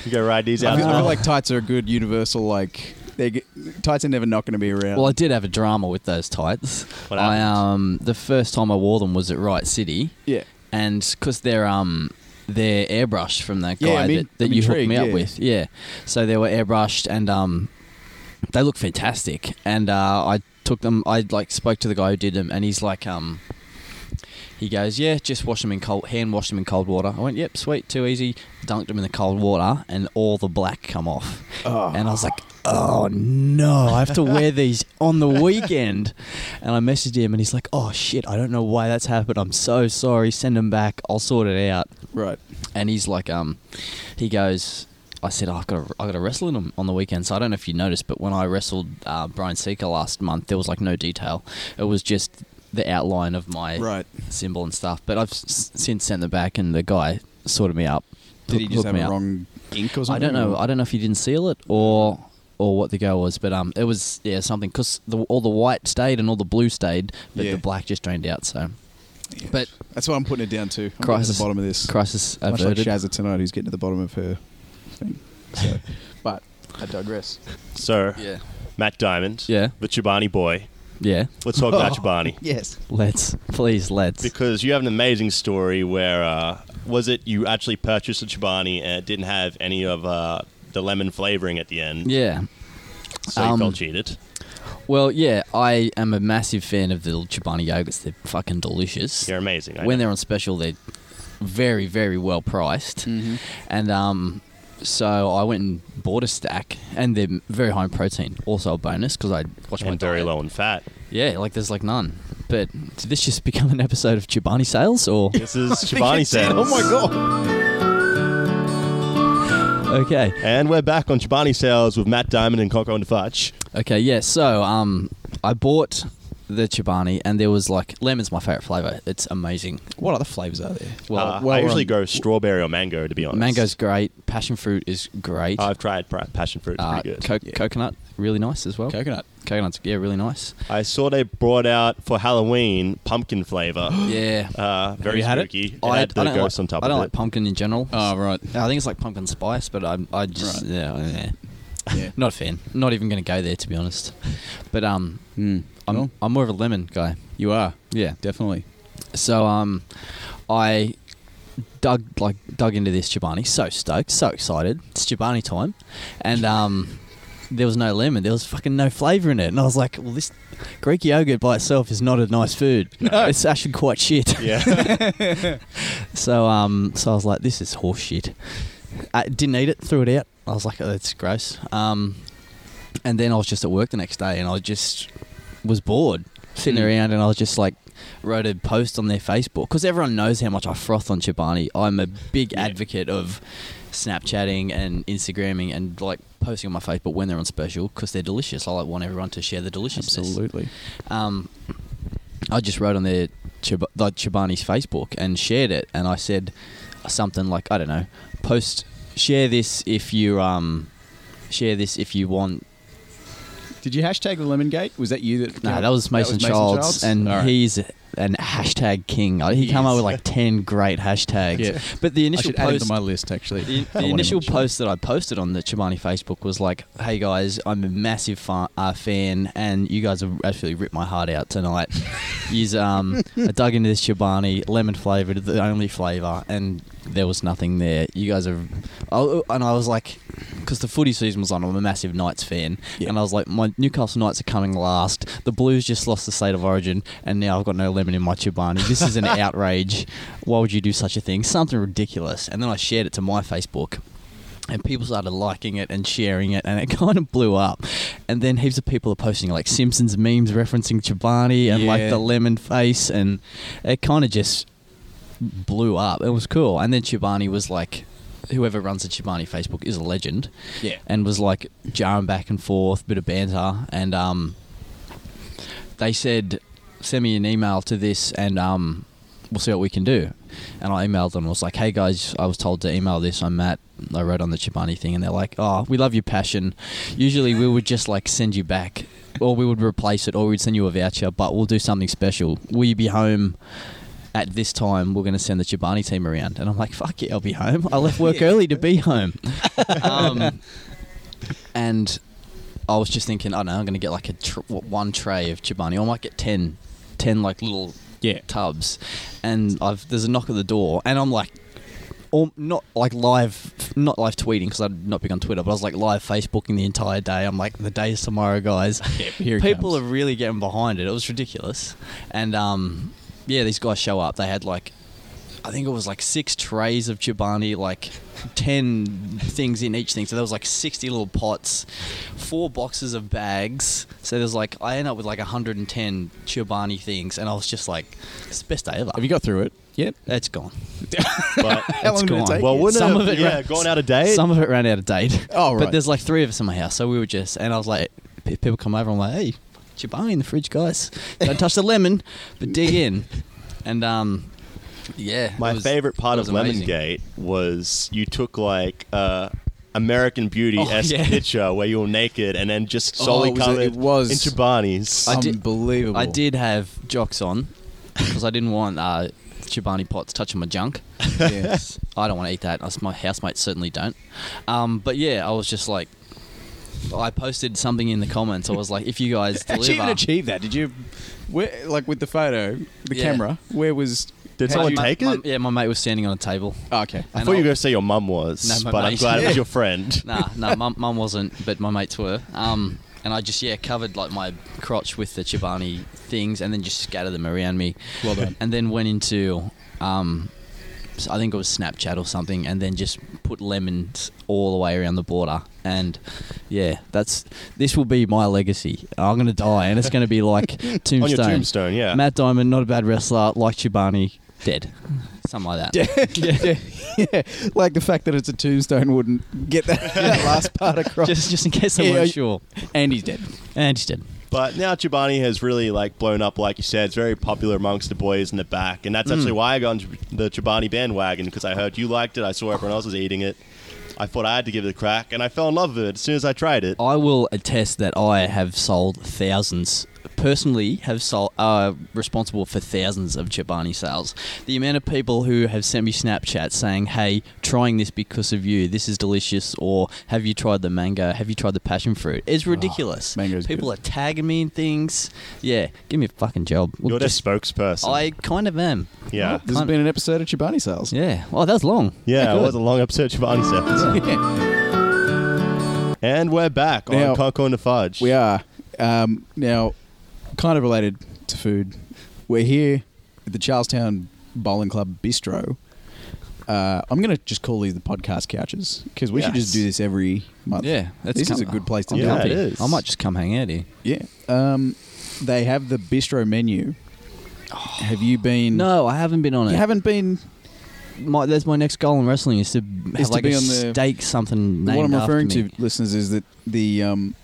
Speaker 2: you go ride these
Speaker 1: I
Speaker 2: out.
Speaker 1: feel, I
Speaker 2: as
Speaker 1: feel
Speaker 2: well.
Speaker 1: like tights are a good universal like. They g- tights are never not going to be around.
Speaker 5: Well, I did have a drama with those tights.
Speaker 2: What
Speaker 5: I
Speaker 2: happened?
Speaker 5: um the first time I wore them was at Wright City,
Speaker 1: yeah.
Speaker 5: and because they're um they're airbrushed from that guy
Speaker 1: Yeah, I mean-
Speaker 5: that, that
Speaker 1: I'm
Speaker 5: you hooked
Speaker 1: intrigued,
Speaker 5: me up
Speaker 1: yeah.
Speaker 5: with, yeah. So they were airbrushed and um they look fantastic, and uh, I took them. I like spoke to the guy who did them, and he's like um. He goes, yeah, just wash them in cold, hand wash them in cold water. I went, yep, sweet, too easy. Dunked them in the cold water, and all the black come off. And I was like, oh no, I have to wear these on the weekend. And I messaged him, and he's like, oh shit, I don't know why that's happened. I'm so sorry. Send them back. I'll sort it out.
Speaker 1: Right.
Speaker 5: And he's like, um, he goes. I said, oh, I've got to, I've got to wrestle in 'em on the weekend. So I don't know if you noticed, but when I wrestled uh, Brian Seeker last month, there was like no detail. It was just the outline of my
Speaker 1: Right.
Speaker 5: symbol and stuff. But I've s- since sent them back, and the guy sorted me up.
Speaker 1: Did he
Speaker 5: Hook-
Speaker 1: just
Speaker 5: hooked
Speaker 1: have
Speaker 5: me
Speaker 1: a
Speaker 5: up.
Speaker 1: wrong ink or
Speaker 5: I
Speaker 1: something?
Speaker 5: don't know. I don't know if he didn't seal it or or what the go was, but um, it was yeah something because the, all the white stayed and all the blue stayed, but
Speaker 1: Yeah.
Speaker 5: the black just drained out. So,
Speaker 1: Yeah.
Speaker 5: but
Speaker 1: That's what I'm putting it down to. I'm getting to
Speaker 5: Crisis-
Speaker 1: the bottom of this.
Speaker 5: crisis
Speaker 1: Much like
Speaker 5: averted.
Speaker 1: Shazza tonight, who's getting to the bottom of her thing. So, but I digress.
Speaker 2: so
Speaker 5: yeah,
Speaker 2: Matt Diamond,
Speaker 5: Yeah. Oh.
Speaker 2: the Chobani boy.
Speaker 5: yeah.
Speaker 2: Let's talk about Chobani
Speaker 1: Yes.
Speaker 5: Let's please let's.
Speaker 2: because you have an amazing story where uh, was it you actually purchased a Chobani and it didn't have any of uh, the lemon flavoring at the end,
Speaker 5: Yeah.
Speaker 2: so you
Speaker 5: um,
Speaker 2: felt cheated.
Speaker 5: Well, yeah, I am a massive fan of the little Chobani yogurts. They're fucking delicious.
Speaker 2: You're amazing. I
Speaker 5: when
Speaker 2: know.
Speaker 5: they're on special, they're very, very well priced.
Speaker 1: Mm-hmm.
Speaker 5: And um, so I went and bought a stack, and they're very high in protein. Also a bonus because I watch my
Speaker 2: and very
Speaker 5: diet.
Speaker 2: low in fat.
Speaker 5: Yeah, like there's like none. But did this just become an episode of Chobani sales or?
Speaker 2: This is Chobani sales.
Speaker 1: Oh my god.
Speaker 5: okay.
Speaker 2: And we're back on Chobani sales with Matt Diamond and Coco and Fudge.
Speaker 5: Okay, yeah. So, um, I bought the Chobani, and there was like lemon's my favorite flavor. It's amazing.
Speaker 1: What other flavors are there?
Speaker 5: Well,
Speaker 2: Uh,
Speaker 5: well
Speaker 2: I usually
Speaker 5: on-
Speaker 2: go strawberry or mango, to be honest.
Speaker 5: Mango's great. Passion fruit is great.
Speaker 2: I've tried pra- passion fruit. It's
Speaker 5: uh,
Speaker 2: pretty good.
Speaker 5: co- Coconut, really nice as well.
Speaker 1: Coconut.
Speaker 5: Coconut's yeah, really nice.
Speaker 2: I saw they brought out for Halloween pumpkin flavor.
Speaker 5: Yeah.
Speaker 2: Uh, very
Speaker 1: you had it?
Speaker 2: spooky.
Speaker 5: I,
Speaker 2: had the
Speaker 5: I don't
Speaker 2: ghost
Speaker 5: like,
Speaker 2: on top
Speaker 5: I don't
Speaker 2: of
Speaker 5: like
Speaker 2: it.
Speaker 5: pumpkin in general.
Speaker 1: Oh right.
Speaker 5: I think it's like pumpkin spice, but I, I just
Speaker 1: Right.
Speaker 5: yeah, yeah.
Speaker 1: Yeah.
Speaker 5: not a fan. Not even going to go there to be honest. But um,
Speaker 1: Mm.
Speaker 5: I'm
Speaker 1: Well,
Speaker 5: I'm more of a lemon guy.
Speaker 1: you are
Speaker 5: Yeah.
Speaker 1: definitely.
Speaker 5: So um, I dug like dug into this Chobani. So stoked, so excited. It's Chobani time, and um, there was no lemon. There was fucking no flavor in it, and I was like, well, this Greek yogurt by itself is not a nice food. It's actually quite shit.
Speaker 2: Yeah.
Speaker 5: So um, so I was like, this is horseshit. I didn't eat it, threw it out. I was like, oh, that's gross. Um, and then I was just at work the next day, and I just was bored sitting
Speaker 1: Hmm.
Speaker 5: around, and I was just like, wrote a post on their Facebook because everyone knows how much I froth on Chobani. I'm a big advocate of Snapchatting and Instagramming and like posting on my Facebook when they're on special because they're delicious. I like want everyone to share the deliciousness.
Speaker 1: Absolutely.
Speaker 5: Um, I just wrote on their Chib- like Chobani's Facebook and shared it, and I said something like, I don't know, post share this if you um share this if you want.
Speaker 7: Did you hashtag the Lemon Gate? Was that you that?
Speaker 5: Nah, that was Mason, Childs, and
Speaker 7: All right.
Speaker 5: he's an hashtag king. Uh, He, came up with like ten great hashtags.
Speaker 1: Yeah.
Speaker 5: But the
Speaker 1: I
Speaker 5: initial
Speaker 1: should add him
Speaker 5: post
Speaker 1: to my list actually.
Speaker 5: The,
Speaker 1: I
Speaker 5: the
Speaker 1: want him
Speaker 5: initial
Speaker 1: on the show.
Speaker 5: post that I posted on the Chobani Facebook was like, "Hey guys, I'm a massive fa- uh, fan, and you guys have actually ripped my heart out tonight. Yous, um, I dug into this Chobani, lemon flavored, the only flavor, and there was nothing there. You guys are, I, and I was like, because the footy season was on, I'm a massive Knights fan, and I was like, my Newcastle Knights are coming last. The Blues just lost the state of origin, and now I've got no lemon in my Chobani. This is an outrage. Why would you do such a thing? Something ridiculous. And then I shared it to my Facebook and people started liking it and sharing it, and it kind of blew up. And then heaps of people are posting like Simpsons memes referencing Chobani and like
Speaker 1: Yeah.
Speaker 5: the lemon face, and it kind of just blew up. It was cool. And then Chobani was like, whoever runs the Chobani Facebook is a legend.
Speaker 1: Yeah.
Speaker 5: And was like jarring back and forth, bit of banter, and um, they said, send me an email to this, and um, we'll see what we can do. And I emailed them. I was like, hey guys, I was told to email this. I'm Matt. I wrote on the Chobani thing, and they're like, oh, we love your passion. Usually we would just like send you back. Or we would replace it, or we'd send you a voucher, but we'll do something special. Will you be home at this time we're going to send the Chobani team around. And I'm like, fuck it, I'll be home. I left work early to be home. um, and I was just thinking, I don't know, I'm going to get like a tr- w- one tray of Chobani. I might get 10, 10 like little
Speaker 1: Yeah.
Speaker 5: tubs. And I've there's a knock at the door, and I'm like, or not like live, not live tweeting because I'd not big on Twitter, but I was like live Facebooking the entire day. I'm like, the day is tomorrow, guys.
Speaker 1: here it
Speaker 5: People
Speaker 1: comes.
Speaker 5: are really getting behind it. It was ridiculous, and um, yeah, these guys show up. They had like, I think it was like six trays of Chobani, like ten things in each thing. So there was like sixty little pots, four boxes of bags. So there's like I end up with like 110 Chobani things, and I was just like, it's the best day ever.
Speaker 1: Have you got through it yet?
Speaker 5: It's gone.
Speaker 2: But
Speaker 1: How long
Speaker 5: It's
Speaker 1: did it
Speaker 5: gone.
Speaker 1: take?
Speaker 2: well, wouldn't
Speaker 5: Some
Speaker 2: it,
Speaker 5: of it
Speaker 2: yeah,
Speaker 5: wraps-
Speaker 2: gone out of date?
Speaker 5: Some of it ran out of date.
Speaker 1: Oh, right.
Speaker 5: But there's like three of us in my house, so we were just, and I was like, p- people come over, I'm like, hey, Chobani in the fridge, guys. Don't touch the lemon, but dig in. And um, yeah,
Speaker 2: My
Speaker 5: it was-
Speaker 2: favorite part of
Speaker 5: it was amazing.
Speaker 2: Lemongate was you took like uh, American Beauty esque
Speaker 5: Oh, yeah. Oh,
Speaker 2: picture where you were naked and then just solely
Speaker 1: it was-
Speaker 2: covered
Speaker 1: it was-
Speaker 2: in Chobani's.
Speaker 5: I did-
Speaker 1: Unbelievable.
Speaker 5: I did have jocks on because I didn't want uh, Chobani pots touching my junk.
Speaker 1: Yes.
Speaker 5: I don't want to eat that. Us- My housemates certainly don't. Um, but yeah, I was just like, I posted something in the comments. I was like, if you guys
Speaker 1: How'd
Speaker 5: deliver,
Speaker 1: you even achieve that? Did you, where, like with the photo, the
Speaker 5: Yeah.
Speaker 1: camera? Where was?
Speaker 2: Did
Speaker 1: how
Speaker 2: someone
Speaker 1: you-
Speaker 5: My-
Speaker 2: take
Speaker 5: my-
Speaker 2: it?
Speaker 5: yeah, my mate was standing on a table.
Speaker 1: Oh, okay.
Speaker 2: I thought you
Speaker 5: and
Speaker 2: were
Speaker 5: I'll-
Speaker 2: going to say your mum was,
Speaker 5: No, my
Speaker 2: but I'm
Speaker 5: mate.
Speaker 2: glad it was your friend.
Speaker 5: Nah, nah, mum, mum wasn't, but my mates were. Um, and I just yeah covered like my crotch with the Chobani things, and then just scattered them around me.
Speaker 1: Well done.
Speaker 5: And then went into, um, s- I think it was Snapchat or something, and then just put lemons all the way around the border. And yeah, that's this will be my legacy. I'm gonna die, and it's gonna be like tombstone.
Speaker 2: On your tombstone, yeah.
Speaker 5: Matt Diamond, not a bad wrestler, like Chobani, dead, something like that.
Speaker 1: yeah. yeah. Like the fact that it's a tombstone wouldn't get that, that last part across.
Speaker 5: Just just in case I'm
Speaker 1: Yeah,
Speaker 5: not
Speaker 1: I-
Speaker 5: sure.
Speaker 1: and he's dead.
Speaker 5: And he's dead.
Speaker 2: But now Chobani has really like blown up, like you said. It's very popular amongst the boys in the back, and that's
Speaker 5: Mm.
Speaker 2: actually why I got on Ch- the Chobani bandwagon because I heard you liked it. I saw everyone else was eating it. I thought I had to give it a crack, and I fell in love with it as soon as I tried it.
Speaker 5: I will attest that I have sold thousands. Personally, have sold uh, responsible for thousands of Chobani sales. The amount of people who have sent me Snapchat saying, "Hey, trying this because of you. This is delicious." Or have you tried the mango? Have you tried the passion fruit? It's
Speaker 2: Ah,
Speaker 5: ridiculous.
Speaker 1: mango's
Speaker 5: people
Speaker 1: good.
Speaker 5: are tagging me in things. Yeah, give me a fucking job. Look,
Speaker 2: You're their
Speaker 5: just-
Speaker 2: spokesperson.
Speaker 5: I kind of am.
Speaker 2: yeah,
Speaker 1: This has been an episode of Chobani Sales.
Speaker 5: Yeah. Well, that was long.
Speaker 2: yeah. It
Speaker 1: Good.
Speaker 2: was a long episode of Chobani sales. and we're back
Speaker 1: Now-
Speaker 2: on Coco and the Fudge.
Speaker 1: We are. Um, now, kind of related to food, we're here at the Charlestown Bowling Club Bistro. Uh, I'm going to just call these the podcast couches because we should just
Speaker 2: Yes.
Speaker 1: do this every month.
Speaker 5: Yeah, that's
Speaker 1: this is a
Speaker 5: com-
Speaker 1: good place to
Speaker 5: I'm
Speaker 2: Yeah,
Speaker 1: do
Speaker 5: comfy.
Speaker 2: it is.
Speaker 5: I might just come hang out here.
Speaker 1: Yeah. Um, they have the bistro menu. Have you been?
Speaker 5: No, I haven't been on
Speaker 1: You
Speaker 5: it.
Speaker 1: haven't been.
Speaker 5: my that's my next goal in wrestling is to have
Speaker 1: to
Speaker 5: like
Speaker 1: be
Speaker 5: a
Speaker 1: on the-
Speaker 5: stake something.
Speaker 1: What I'm
Speaker 5: named after
Speaker 1: referring
Speaker 5: me.
Speaker 1: to, listeners, is that the um,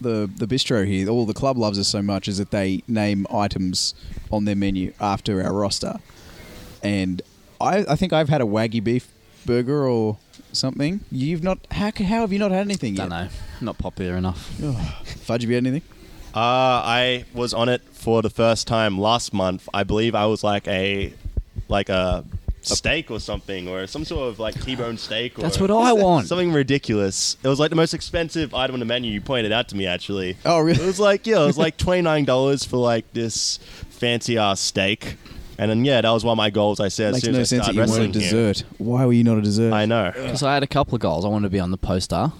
Speaker 1: the the bistro here, all the club loves us so much, is that they name items on their menu after our roster, and I, I think I've had a wagyu beef burger or something. You've not. How, c- how have you not had anything
Speaker 5: Don't
Speaker 1: yet?
Speaker 5: know. Not popular enough.
Speaker 1: Oh, Fudge, have you had anything?
Speaker 2: Uh, I was on it for the first time last month. I believe I was like a like a steak or something, or some sort of like T-bone steak. Or
Speaker 5: That's what I want.
Speaker 2: Something ridiculous. It was like the most expensive item on the menu. You pointed out to me actually.
Speaker 1: Oh, really?
Speaker 2: It was like yeah, it was like twenty nine dollars for like this fancy ass steak. And then yeah, that was one of my goals. I said as
Speaker 1: Makes
Speaker 2: soon
Speaker 1: no
Speaker 2: as I
Speaker 1: sense that
Speaker 2: start
Speaker 1: you weren't a
Speaker 2: wrestling here.
Speaker 1: dessert. Why were you not a dessert?
Speaker 2: I know.
Speaker 5: Because I had a couple of goals. I wanted to be on the poster.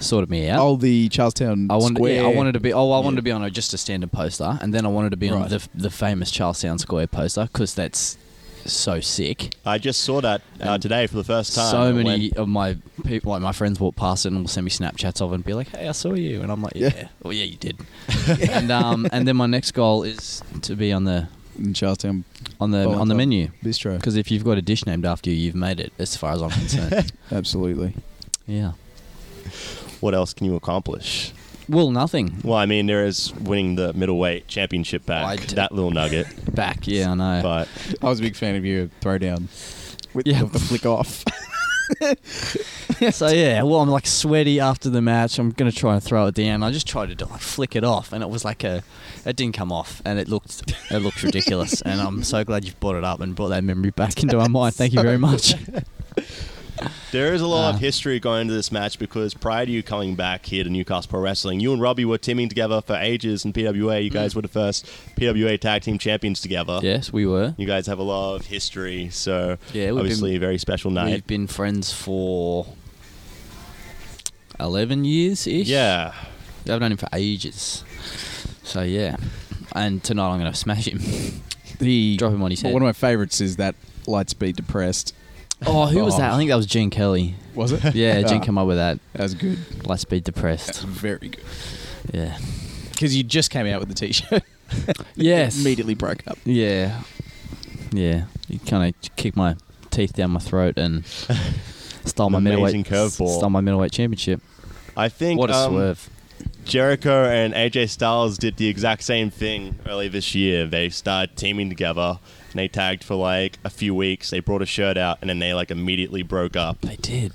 Speaker 5: Sorted me out.
Speaker 1: Oh, the Charlestown
Speaker 5: I wanted,
Speaker 1: Square.
Speaker 5: yeah, I wanted to be. Oh, I wanted to be on a, just a standard poster, and then I wanted to be on
Speaker 1: Right.
Speaker 5: the the famous Charlestown Square poster because that's so sick.
Speaker 2: I just saw that uh, today for the first time.
Speaker 5: So
Speaker 2: It
Speaker 5: many
Speaker 2: went-
Speaker 5: of my people, like my friends, walk past it and will send me Snapchats of it and be like, "Hey, I saw you," and I'm like, "Yeah, well, yeah, you did." and um, and then my next goal is to be on the
Speaker 1: in Charlestown
Speaker 5: on the
Speaker 1: Bowling
Speaker 5: on the
Speaker 1: Club
Speaker 5: menu
Speaker 1: Bistro.
Speaker 5: because if you've got a dish named after you, you've made it. As far as I'm concerned,
Speaker 1: Absolutely.
Speaker 5: yeah.
Speaker 2: What else can you accomplish?
Speaker 5: Well, nothing
Speaker 2: Well, I mean, there is winning the middleweight championship
Speaker 5: I
Speaker 2: back.
Speaker 5: d-
Speaker 2: that little nugget,
Speaker 5: back. Yeah, I know.
Speaker 2: but
Speaker 1: I was a big fan of your throwdown with
Speaker 5: Yeah.
Speaker 1: of the flick off.
Speaker 5: So yeah, well, I'm like sweaty after the match. I'm gonna try and throw it down. I just tried to like flick it off, and it was like a, it didn't come off, and it looked, it looked ridiculous. and I'm so glad you've brought it up and brought that memory back into our mind. Thank you very much.
Speaker 2: there is a lot
Speaker 5: Ah.
Speaker 2: of history going into this match because prior to you coming back here to Newcastle Pro Wrestling, you and Robbie were teaming together for ages in PWA. You
Speaker 5: Mm.
Speaker 2: guys were the first PWA tag team champions together.
Speaker 5: yes, we were.
Speaker 2: You guys have a lot of history, so
Speaker 5: Yeah, we've
Speaker 2: obviously
Speaker 5: been-
Speaker 2: a very special night.
Speaker 5: We've been friends for eleven years ish.
Speaker 2: Yeah,
Speaker 5: I've known him for ages. So yeah, and tonight I'm gonna smash him.
Speaker 1: The
Speaker 5: Drop him on his head.
Speaker 1: One of my favourites is that Lightspeed depressed.
Speaker 5: Oh, who was that? I think that was Gene Kelly.
Speaker 1: Was it?
Speaker 5: Yeah, Gene
Speaker 1: Ah,
Speaker 5: came up with that.
Speaker 1: That's good. That's
Speaker 5: Lightspeed depressed.
Speaker 1: very good.
Speaker 5: Yeah.
Speaker 1: Because you just came out with the t-shirt.
Speaker 5: Yes.
Speaker 1: Immediately broke up.
Speaker 5: Yeah. Yeah. You kind of kicked my teeth down my throat and stole my
Speaker 2: An amazing
Speaker 5: middleweight
Speaker 2: curveball.
Speaker 5: Stole my middleweight championship.
Speaker 2: I think
Speaker 5: What a
Speaker 2: um,
Speaker 5: swerve.
Speaker 2: Jericho and AJ Styles did the exact same thing early this year. They started teaming together and they tagged for like a few weeks. They brought a shirt out and then they like immediately broke up.
Speaker 5: They did.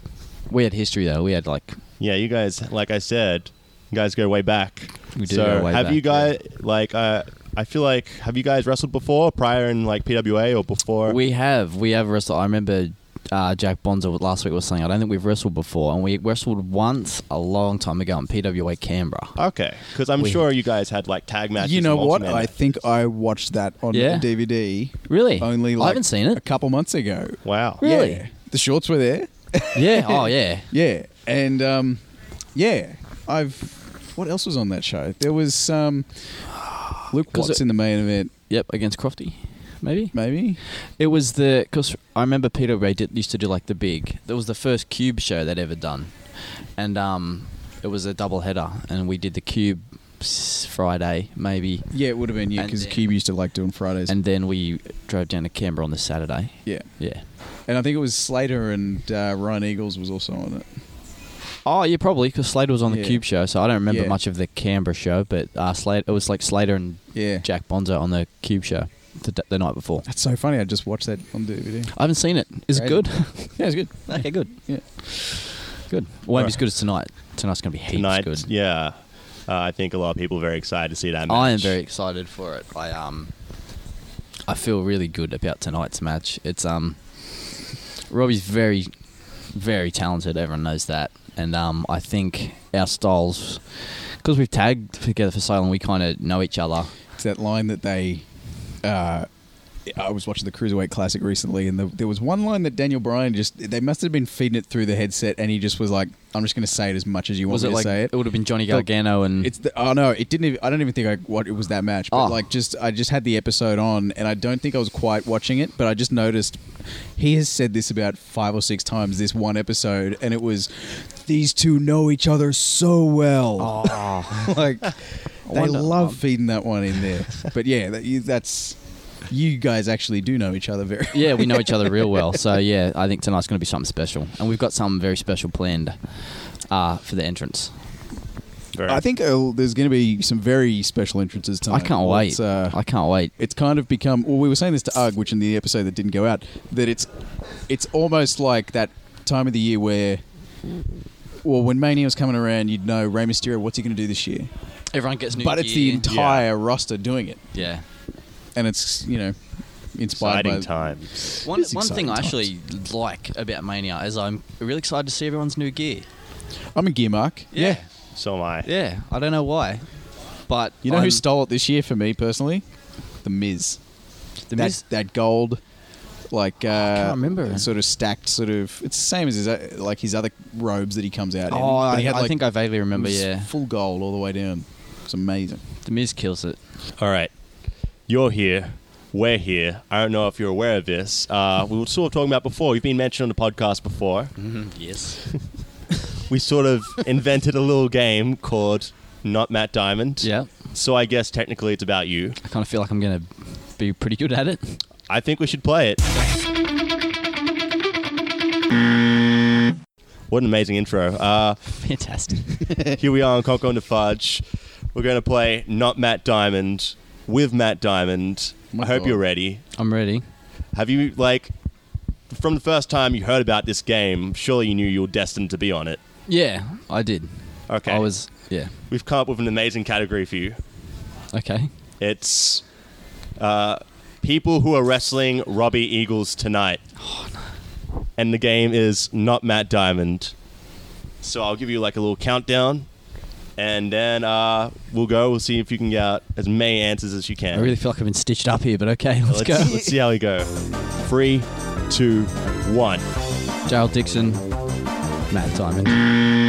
Speaker 5: We had history though. We had like
Speaker 2: Yeah, you guys, like I said, you guys go way back.
Speaker 5: We do
Speaker 2: so
Speaker 5: go way
Speaker 2: have you guys
Speaker 5: back,
Speaker 2: like uh, I feel like have you guys wrestled before prior in like PWA or before?
Speaker 5: we have we have wrestled. I remember uh, Jack Bonzo last week was saying I don't think we've wrestled before, and we wrestled once a long time ago in PWA Canberra.
Speaker 2: okay, because I'm
Speaker 5: We-
Speaker 2: sure you guys had like tag matches.
Speaker 1: you know
Speaker 2: and
Speaker 1: what?
Speaker 2: multi-man
Speaker 1: I
Speaker 2: matches.
Speaker 1: think I watched that on
Speaker 5: Yeah.
Speaker 1: DVD.
Speaker 5: Really?
Speaker 1: Only like
Speaker 5: I haven't seen
Speaker 1: a
Speaker 5: it.
Speaker 1: couple months ago.
Speaker 2: wow.
Speaker 5: Really?
Speaker 1: Yeah. The shorts were there.
Speaker 5: Yeah. Oh yeah.
Speaker 1: Yeah, and um, yeah, I've. What else was on that show? There was um, Luke
Speaker 5: 'Cause
Speaker 1: Watts
Speaker 5: it-
Speaker 1: in the main event,
Speaker 5: Yep. Against Crofty, maybe.
Speaker 1: maybe.
Speaker 5: It was the because I remember Peter Ray did, used to do like the big. That was the first Cube show they'd ever done, and um, it was a double header, and we did the Cube s- Friday maybe,
Speaker 1: Yeah, it would have been yeah,
Speaker 5: And
Speaker 1: because
Speaker 5: then-
Speaker 1: Cube used to like doing Fridays.
Speaker 5: and then we drove down to Canberra on the Saturday.
Speaker 1: yeah,
Speaker 5: Yeah.
Speaker 1: and I think it was Slater and uh, Ryan Eagles was also on it.
Speaker 5: Oh yeah, probably because Slater was on the
Speaker 1: Yeah.
Speaker 5: Cube show, so I don't remember
Speaker 1: Yeah.
Speaker 5: much of the Canberra show, but uh, Slater it was like Slater and
Speaker 1: Yeah,
Speaker 5: Jack Bonzo on the Cube show the, d- the night before.
Speaker 1: that's so funny. I just watched that on DVD.
Speaker 5: I haven't seen it. Is it
Speaker 1: Great.
Speaker 5: good?
Speaker 1: Yeah, it's good.
Speaker 5: okay, good.
Speaker 1: Yeah.
Speaker 5: Good. Won't be as good as tonight. Tonight's gonna be heaps
Speaker 2: Tonight,
Speaker 5: good.
Speaker 2: yeah. Uh, I think a lot of people are very excited to see that. Match.
Speaker 5: I am very excited for it. I um, I feel really good about tonight's match. It's um, Robbie's very, very talented. Everyone knows that, and um, I think our styles, because we've tagged together for so long, we kind of know each other.
Speaker 1: It's that line that they. Uh, I was watching the Cruiserweight Classic recently, and the, there was one line that Daniel Bryan just—they must have been feeding it through the headset, and he just was like, "I'm just going to say it as much as you want
Speaker 5: Was
Speaker 1: me
Speaker 5: it
Speaker 1: to
Speaker 5: like
Speaker 1: say
Speaker 5: it, would have been Johnny Gargano and
Speaker 1: It's the, oh no, it didn't. Even, I don't even think I what it was that match. But
Speaker 5: Mm. Oh.
Speaker 1: like, just I just had the episode on, and I don't think I was quite watching it, but I just noticed he has said this about five or six times this one episode, and it was these two know each other so well, like they
Speaker 5: Oh. wonder- um,
Speaker 1: love feeding that one in there. but yeah, that, you, that's you guys actually do know each other very.
Speaker 5: yeah, we know each other real well. So yeah, I think tonight's gonna be something special, and we've got something very special planned uh, for the entrance.
Speaker 2: Very-
Speaker 1: I think uh, there's going to be some very special entrances tonight.
Speaker 5: I can't wait.
Speaker 1: Let's, uh,
Speaker 5: I can't wait.
Speaker 1: it's kind of become well we were saying this to ugg which in the episode that didn't go out that it's it's almost like that time of the year where, well, when Mania was coming around, you'd know Rey Mysterio, what's he going to do this year?
Speaker 5: Everyone gets new
Speaker 1: but it's the
Speaker 5: gear.
Speaker 1: entire roster doing it,
Speaker 5: yeah.
Speaker 1: and it's you know inspired by
Speaker 6: Exciting times.
Speaker 5: One,
Speaker 1: It's
Speaker 5: one thing I
Speaker 1: exciting
Speaker 5: actually like about Mania is I'm really excited to see everyone's new gear.
Speaker 1: I'm a gear mark.
Speaker 5: Yeah.
Speaker 6: So am I.
Speaker 5: Yeah. I don't know why, but
Speaker 1: You know
Speaker 5: I'm-
Speaker 1: who stole it this year for me personally? The Miz.
Speaker 5: the
Speaker 1: that,
Speaker 5: Miz- Oh,
Speaker 1: that gold, like uh,
Speaker 5: can't remember.
Speaker 1: sort of stacked, sort of. It's the same as his o- like his other robes that he comes out. in.
Speaker 5: Oh,
Speaker 1: But
Speaker 5: I,
Speaker 1: he had,
Speaker 5: I
Speaker 1: like,
Speaker 5: think I vaguely
Speaker 1: it
Speaker 5: remember.
Speaker 1: was
Speaker 5: Yeah,
Speaker 1: full gold all the way down. It's amazing.
Speaker 5: the Miz kills it.
Speaker 2: All right. You're here. We're here. I don't know if you're aware of this. Uh, we were sort of talking about before. We've been mentioned on the podcast before.
Speaker 5: Mm-hmm.
Speaker 1: Mm,
Speaker 5: Yes.
Speaker 2: We sort of invented a little game called Not Matt Diamond.
Speaker 5: Yeah.
Speaker 2: So I guess technically it's about you.
Speaker 5: I kind of feel like I'm gonna be pretty good at it.
Speaker 2: I think we should play it. What an amazing intro. Uh,
Speaker 5: Fantastic.
Speaker 2: here we are on Coco and the Fudge. We're going to play Not Matt Diamond with Matt Diamond.
Speaker 1: My
Speaker 2: I hope
Speaker 1: God.
Speaker 2: you're ready.
Speaker 5: I'm ready.
Speaker 2: Have you, like, from the first time you heard about this game, surely you knew you were destined to be on it.
Speaker 5: Yeah, I did.
Speaker 2: Okay.
Speaker 5: I was. Yeah.
Speaker 2: We've come up with an amazing category for you.
Speaker 5: Okay.
Speaker 2: It's uh, people who are wrestling Robbie Eagles tonight.
Speaker 5: Oh,
Speaker 2: And the game is not Matt Diamond. So I'll give you like a little countdown, and then uh, we'll go. We'll see if you can get out as many answers as you
Speaker 5: I
Speaker 2: can.
Speaker 5: really feel like I've been stitched up here, but okay, let's,
Speaker 2: let's,
Speaker 5: go.
Speaker 2: let's see how we go. Three, two, one.
Speaker 5: Gerald Dixon, Matt Diamond.
Speaker 1: Uh,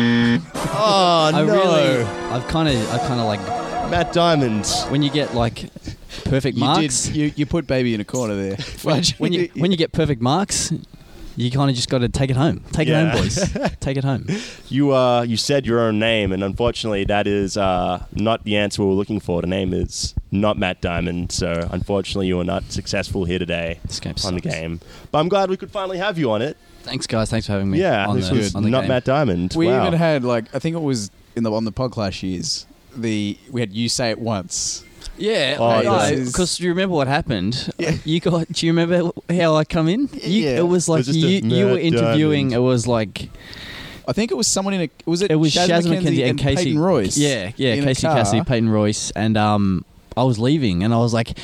Speaker 5: Oh I
Speaker 2: no.
Speaker 5: Really, I've kind of, I kind of like
Speaker 2: Matt Diamond.
Speaker 5: when you get like perfect marks.
Speaker 1: You did. You, you put baby in a corner there. Fudge.
Speaker 5: when you when you get perfect marks, you kind of just got to take it home. Take
Speaker 2: Yeah.
Speaker 5: it home, boys. take it home.
Speaker 2: You uh, you said your own name, and unfortunately, that is uh, not the answer we were looking for. The name is not Matt Diamond, so unfortunately, you are not successful here today
Speaker 5: This game
Speaker 2: on the
Speaker 5: sucks.
Speaker 2: game. But I'm glad we could finally have you on it.
Speaker 5: Thanks, guys. Thanks for having me.
Speaker 2: Yeah,
Speaker 5: on
Speaker 2: this
Speaker 5: the,
Speaker 2: was
Speaker 5: on the
Speaker 2: not
Speaker 5: game.
Speaker 2: Matt Diamond.
Speaker 1: we
Speaker 2: wow.
Speaker 1: even had like I think it was in the on the podclash years. The we had you say it once.
Speaker 5: Yeah,
Speaker 2: Oh,
Speaker 1: this is-
Speaker 5: because you remember what happened. You got. Do you remember how I come in? You,
Speaker 1: Yeah.
Speaker 5: It was like
Speaker 2: It was just a
Speaker 5: you, you were
Speaker 2: Matt
Speaker 5: interviewing.
Speaker 2: Diamond.
Speaker 5: It was like
Speaker 1: I think it was someone in a was it
Speaker 5: it was
Speaker 1: Shaz
Speaker 5: Shaz McKenzie,
Speaker 1: McKenzie
Speaker 5: and, Casey
Speaker 1: Peyton Royce.
Speaker 5: Yeah, yeah,
Speaker 1: in a
Speaker 5: Casey
Speaker 1: car.
Speaker 5: Cassidy, Peyton Royce, and um, I was leaving, and I was like,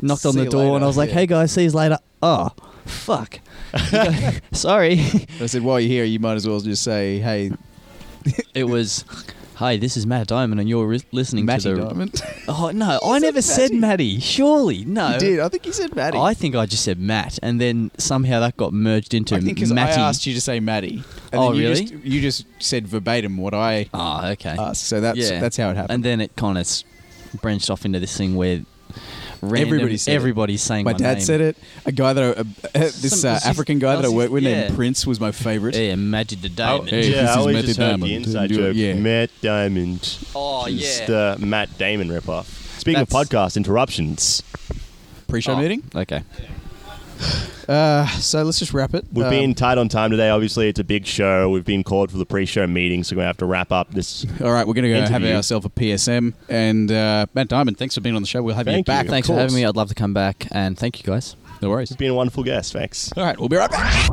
Speaker 5: knocked on
Speaker 1: See
Speaker 5: the
Speaker 1: you
Speaker 5: door,
Speaker 1: later,
Speaker 5: and I was like,
Speaker 1: yeah.
Speaker 5: "Hey guys, see you later." Oh, fuck. Sorry.
Speaker 1: I said, while you're here, you might as well just say, "Hey,
Speaker 5: it was. Hi, this is Matt Diamond, and you're re- listening
Speaker 1: Matty
Speaker 5: to the.
Speaker 1: Diamond."
Speaker 5: Oh no, I
Speaker 1: said
Speaker 5: never said Matty. Surely, no.
Speaker 1: You did. I think you said Matty.
Speaker 5: I think I just said Matt, and then somehow that got merged into
Speaker 1: I think because I
Speaker 5: Matty.
Speaker 1: asked you to say Matty. And
Speaker 5: Oh,
Speaker 1: then you
Speaker 5: really?
Speaker 1: Just, you just said verbatim what I
Speaker 5: Ah, okay.
Speaker 1: asked. So that's
Speaker 5: Yeah.
Speaker 1: that's how it
Speaker 5: and
Speaker 1: happened.
Speaker 5: then it kind of branched off into this thing where random,
Speaker 1: Everybody said it.
Speaker 5: everybody's saying
Speaker 1: my dad
Speaker 5: name.
Speaker 1: said it. A guy that I, uh, this uh,
Speaker 5: Some- this is-
Speaker 1: African guy that I
Speaker 5: this is-
Speaker 1: worked with
Speaker 5: yeah.
Speaker 1: named Prince was my favorite.
Speaker 5: Yeah, Magic the
Speaker 2: Oh,
Speaker 5: Diamond.
Speaker 1: Hey,
Speaker 2: yeah,
Speaker 1: this
Speaker 2: I
Speaker 1: is
Speaker 2: always
Speaker 1: Matt
Speaker 2: just
Speaker 1: the
Speaker 2: heard
Speaker 1: Diamond.
Speaker 2: the inside
Speaker 1: Do it,
Speaker 2: joke.
Speaker 1: yeah.
Speaker 2: Matt Diamond.
Speaker 5: Oh,
Speaker 2: Just
Speaker 5: yeah.
Speaker 2: uh, Matt Damon ripoff. Speaking
Speaker 5: That's-
Speaker 2: of podcast interruptions,
Speaker 1: Pre-show
Speaker 5: Oh,
Speaker 1: meeting.
Speaker 5: Okay.
Speaker 1: Uh, so let's just wrap it.
Speaker 2: we've
Speaker 1: Um,
Speaker 2: been tight on time today. Obviously, it's a big show. We've been called for the pre-show meeting, so we're gonna have to wrap up this.
Speaker 1: All right, we're going to go
Speaker 2: Interview.
Speaker 1: have ourselves a PSM. And uh, Matt Diamond, thanks for being on the show. We'll have you
Speaker 2: Thank you.
Speaker 1: back.
Speaker 2: Of
Speaker 5: Thanks for having me. I'd love to come back, and thank you guys.
Speaker 1: No worries.
Speaker 2: It's been a wonderful guest. Thanks.
Speaker 1: All right, we'll be right back.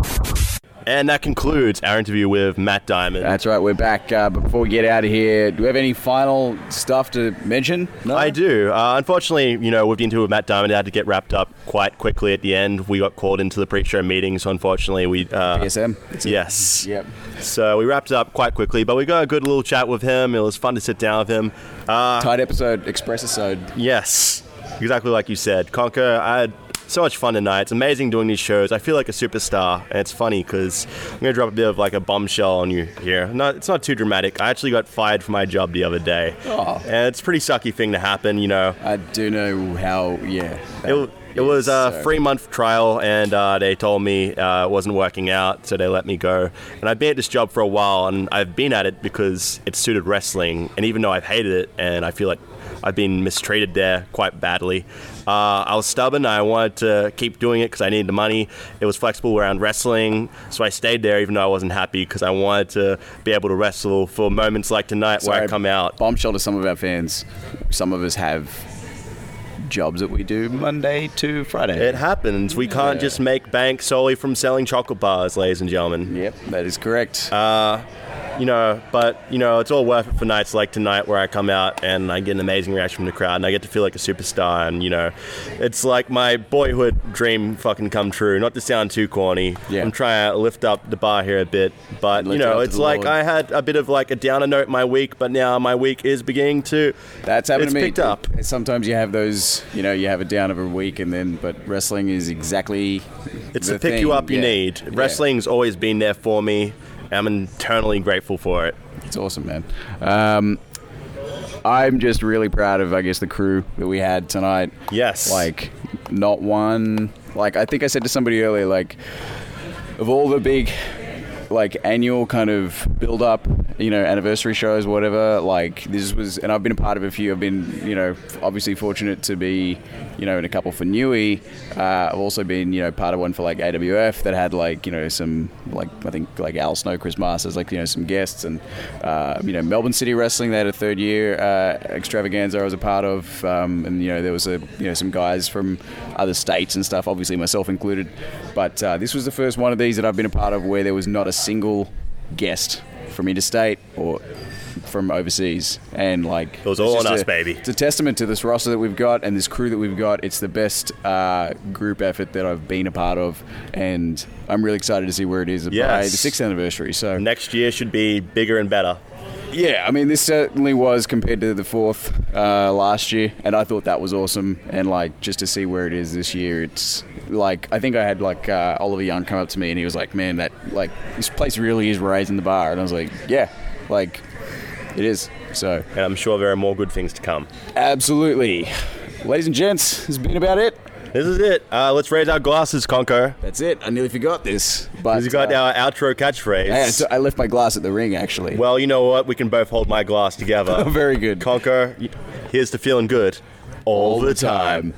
Speaker 2: And that concludes our interview with Matt Diamond.
Speaker 7: That's right, we're back. Uh, but before we get out of here, do we have any final stuff to mention? No?
Speaker 2: I do. Uh, unfortunately, you know, with the interview with Matt Diamond, it had to get wrapped up quite quickly at the end. We got called into the pre-show meeting, so unfortunately, we uh,
Speaker 7: PSM. It's a-
Speaker 2: Yes.
Speaker 7: Yep.
Speaker 2: So we wrapped it up quite quickly, but we got a good little chat with him. It was fun to sit down with him. Uh,
Speaker 7: Tight episode, express episode.
Speaker 2: yes, exactly like you said, Conker. I had so much fun tonight. It's amazing doing these shows. I feel like a superstar, and it's funny because I'm gonna drop a bit of like a bombshell on you here. Not, it's not too dramatic. I actually got fired from my job the other day,
Speaker 7: Oh.
Speaker 2: and it's a pretty sucky thing to happen, you know.
Speaker 7: I do know how, yeah. that
Speaker 2: It, it was uh,
Speaker 7: is,
Speaker 2: a
Speaker 7: so-
Speaker 2: three month trial, and uh, they told me uh, it wasn't working out, so they let me go. And I've been at this job for a while, and I've been at it because it suited wrestling. And even though I've hated it, and I feel like I've been mistreated there quite badly, uh, I was stubborn. I wanted to keep doing it because I needed the money. It was flexible around wrestling, so I stayed there even though I wasn't happy because I wanted to be able to wrestle for moments like tonight where I
Speaker 7: Sorry,
Speaker 2: come out.
Speaker 7: Bombshell to some of our fans. Some of us have
Speaker 1: jobs that we do Monday to Friday.
Speaker 2: It happens. We can't just make bank solely from selling chocolate bars, ladies and gentlemen.
Speaker 1: Yep, that is correct.
Speaker 2: Uh, You know, but you know, it's all worth it for nights like tonight where I come out and I get an amazing reaction from the crowd and I get to feel like a superstar and you know, it's like my boyhood dream fucking come true. Not to sound too corny.
Speaker 1: Yeah.
Speaker 2: I'm trying to lift up the bar here a bit, but you
Speaker 1: lift it up
Speaker 2: know,
Speaker 1: to
Speaker 2: it's
Speaker 1: the
Speaker 2: like
Speaker 1: Lord.
Speaker 2: I had a bit of like a downer note my week, but now my week is beginning to
Speaker 1: That's happened
Speaker 2: it's
Speaker 1: to me.
Speaker 2: picked up.
Speaker 1: Sometimes you have those, you know, you have it down of a week, and then, but wrestling is exactly.
Speaker 2: It's
Speaker 1: the
Speaker 2: the, pick
Speaker 1: thing.
Speaker 2: you up you
Speaker 1: Yeah.
Speaker 2: need.
Speaker 1: Yeah.
Speaker 2: Wrestling's always been there for me. I'm internally grateful for it.
Speaker 1: It's awesome, man. Um, I'm just really proud of, I guess, the crew that we had tonight.
Speaker 2: Yes.
Speaker 1: Like, not one. Like, I think I said to somebody earlier, like, of all the big, like, annual kind of build up, you know, anniversary shows, whatever, like, this was, and I've been a part of a few. I've been, you know, obviously fortunate to be, you know, in a couple for Nui. Uh, I've also been, you know, part of one for, like, AWF that had, like, you know, some, like, I think, like, Al Snow, Chris Masters, like, you know, some guests and, uh, you know, Melbourne City Wrestling, they had a third year uh, extravaganza I was a part of. Um, and, you know, there was a, you know, some guys from other states and stuff, obviously myself included. But uh, this was the first one of these that I've been a part of where there was not a single guest from interstate or from overseas. And, like,
Speaker 2: It was all
Speaker 1: it's
Speaker 2: on
Speaker 1: just
Speaker 2: us,
Speaker 1: a-
Speaker 2: baby.
Speaker 1: It's a testament to this roster that we've got and this crew that we've got. It's the best uh, group effort that I've been a part of. And I'm really excited to see where it is by
Speaker 2: Yes.
Speaker 1: the sixth anniversary. So,
Speaker 2: Next year should be bigger and better.
Speaker 1: yeah, I mean, this certainly was compared to the fourth uh, last year, and I thought that was awesome. And like, just to see where it is this year, it's like I think I had like uh, Oliver Young come up to me and he was like, "Man, that like this place really is raising the bar," and I was like, "Yeah, like it is." So,
Speaker 2: And I'm sure there are more good things to come.
Speaker 1: absolutely, ladies and gents, this has been about it.
Speaker 2: This is it. Uh, let's raise our glasses, Conco.
Speaker 1: That's it. I nearly forgot this, but
Speaker 2: We've got
Speaker 1: uh,
Speaker 2: our outro catchphrase.
Speaker 1: yeah, so I left my glass at the ring actually.
Speaker 2: well, you know what? We can both hold my glass together.
Speaker 1: Very good.
Speaker 2: Conker, here's to feeling good all, the time.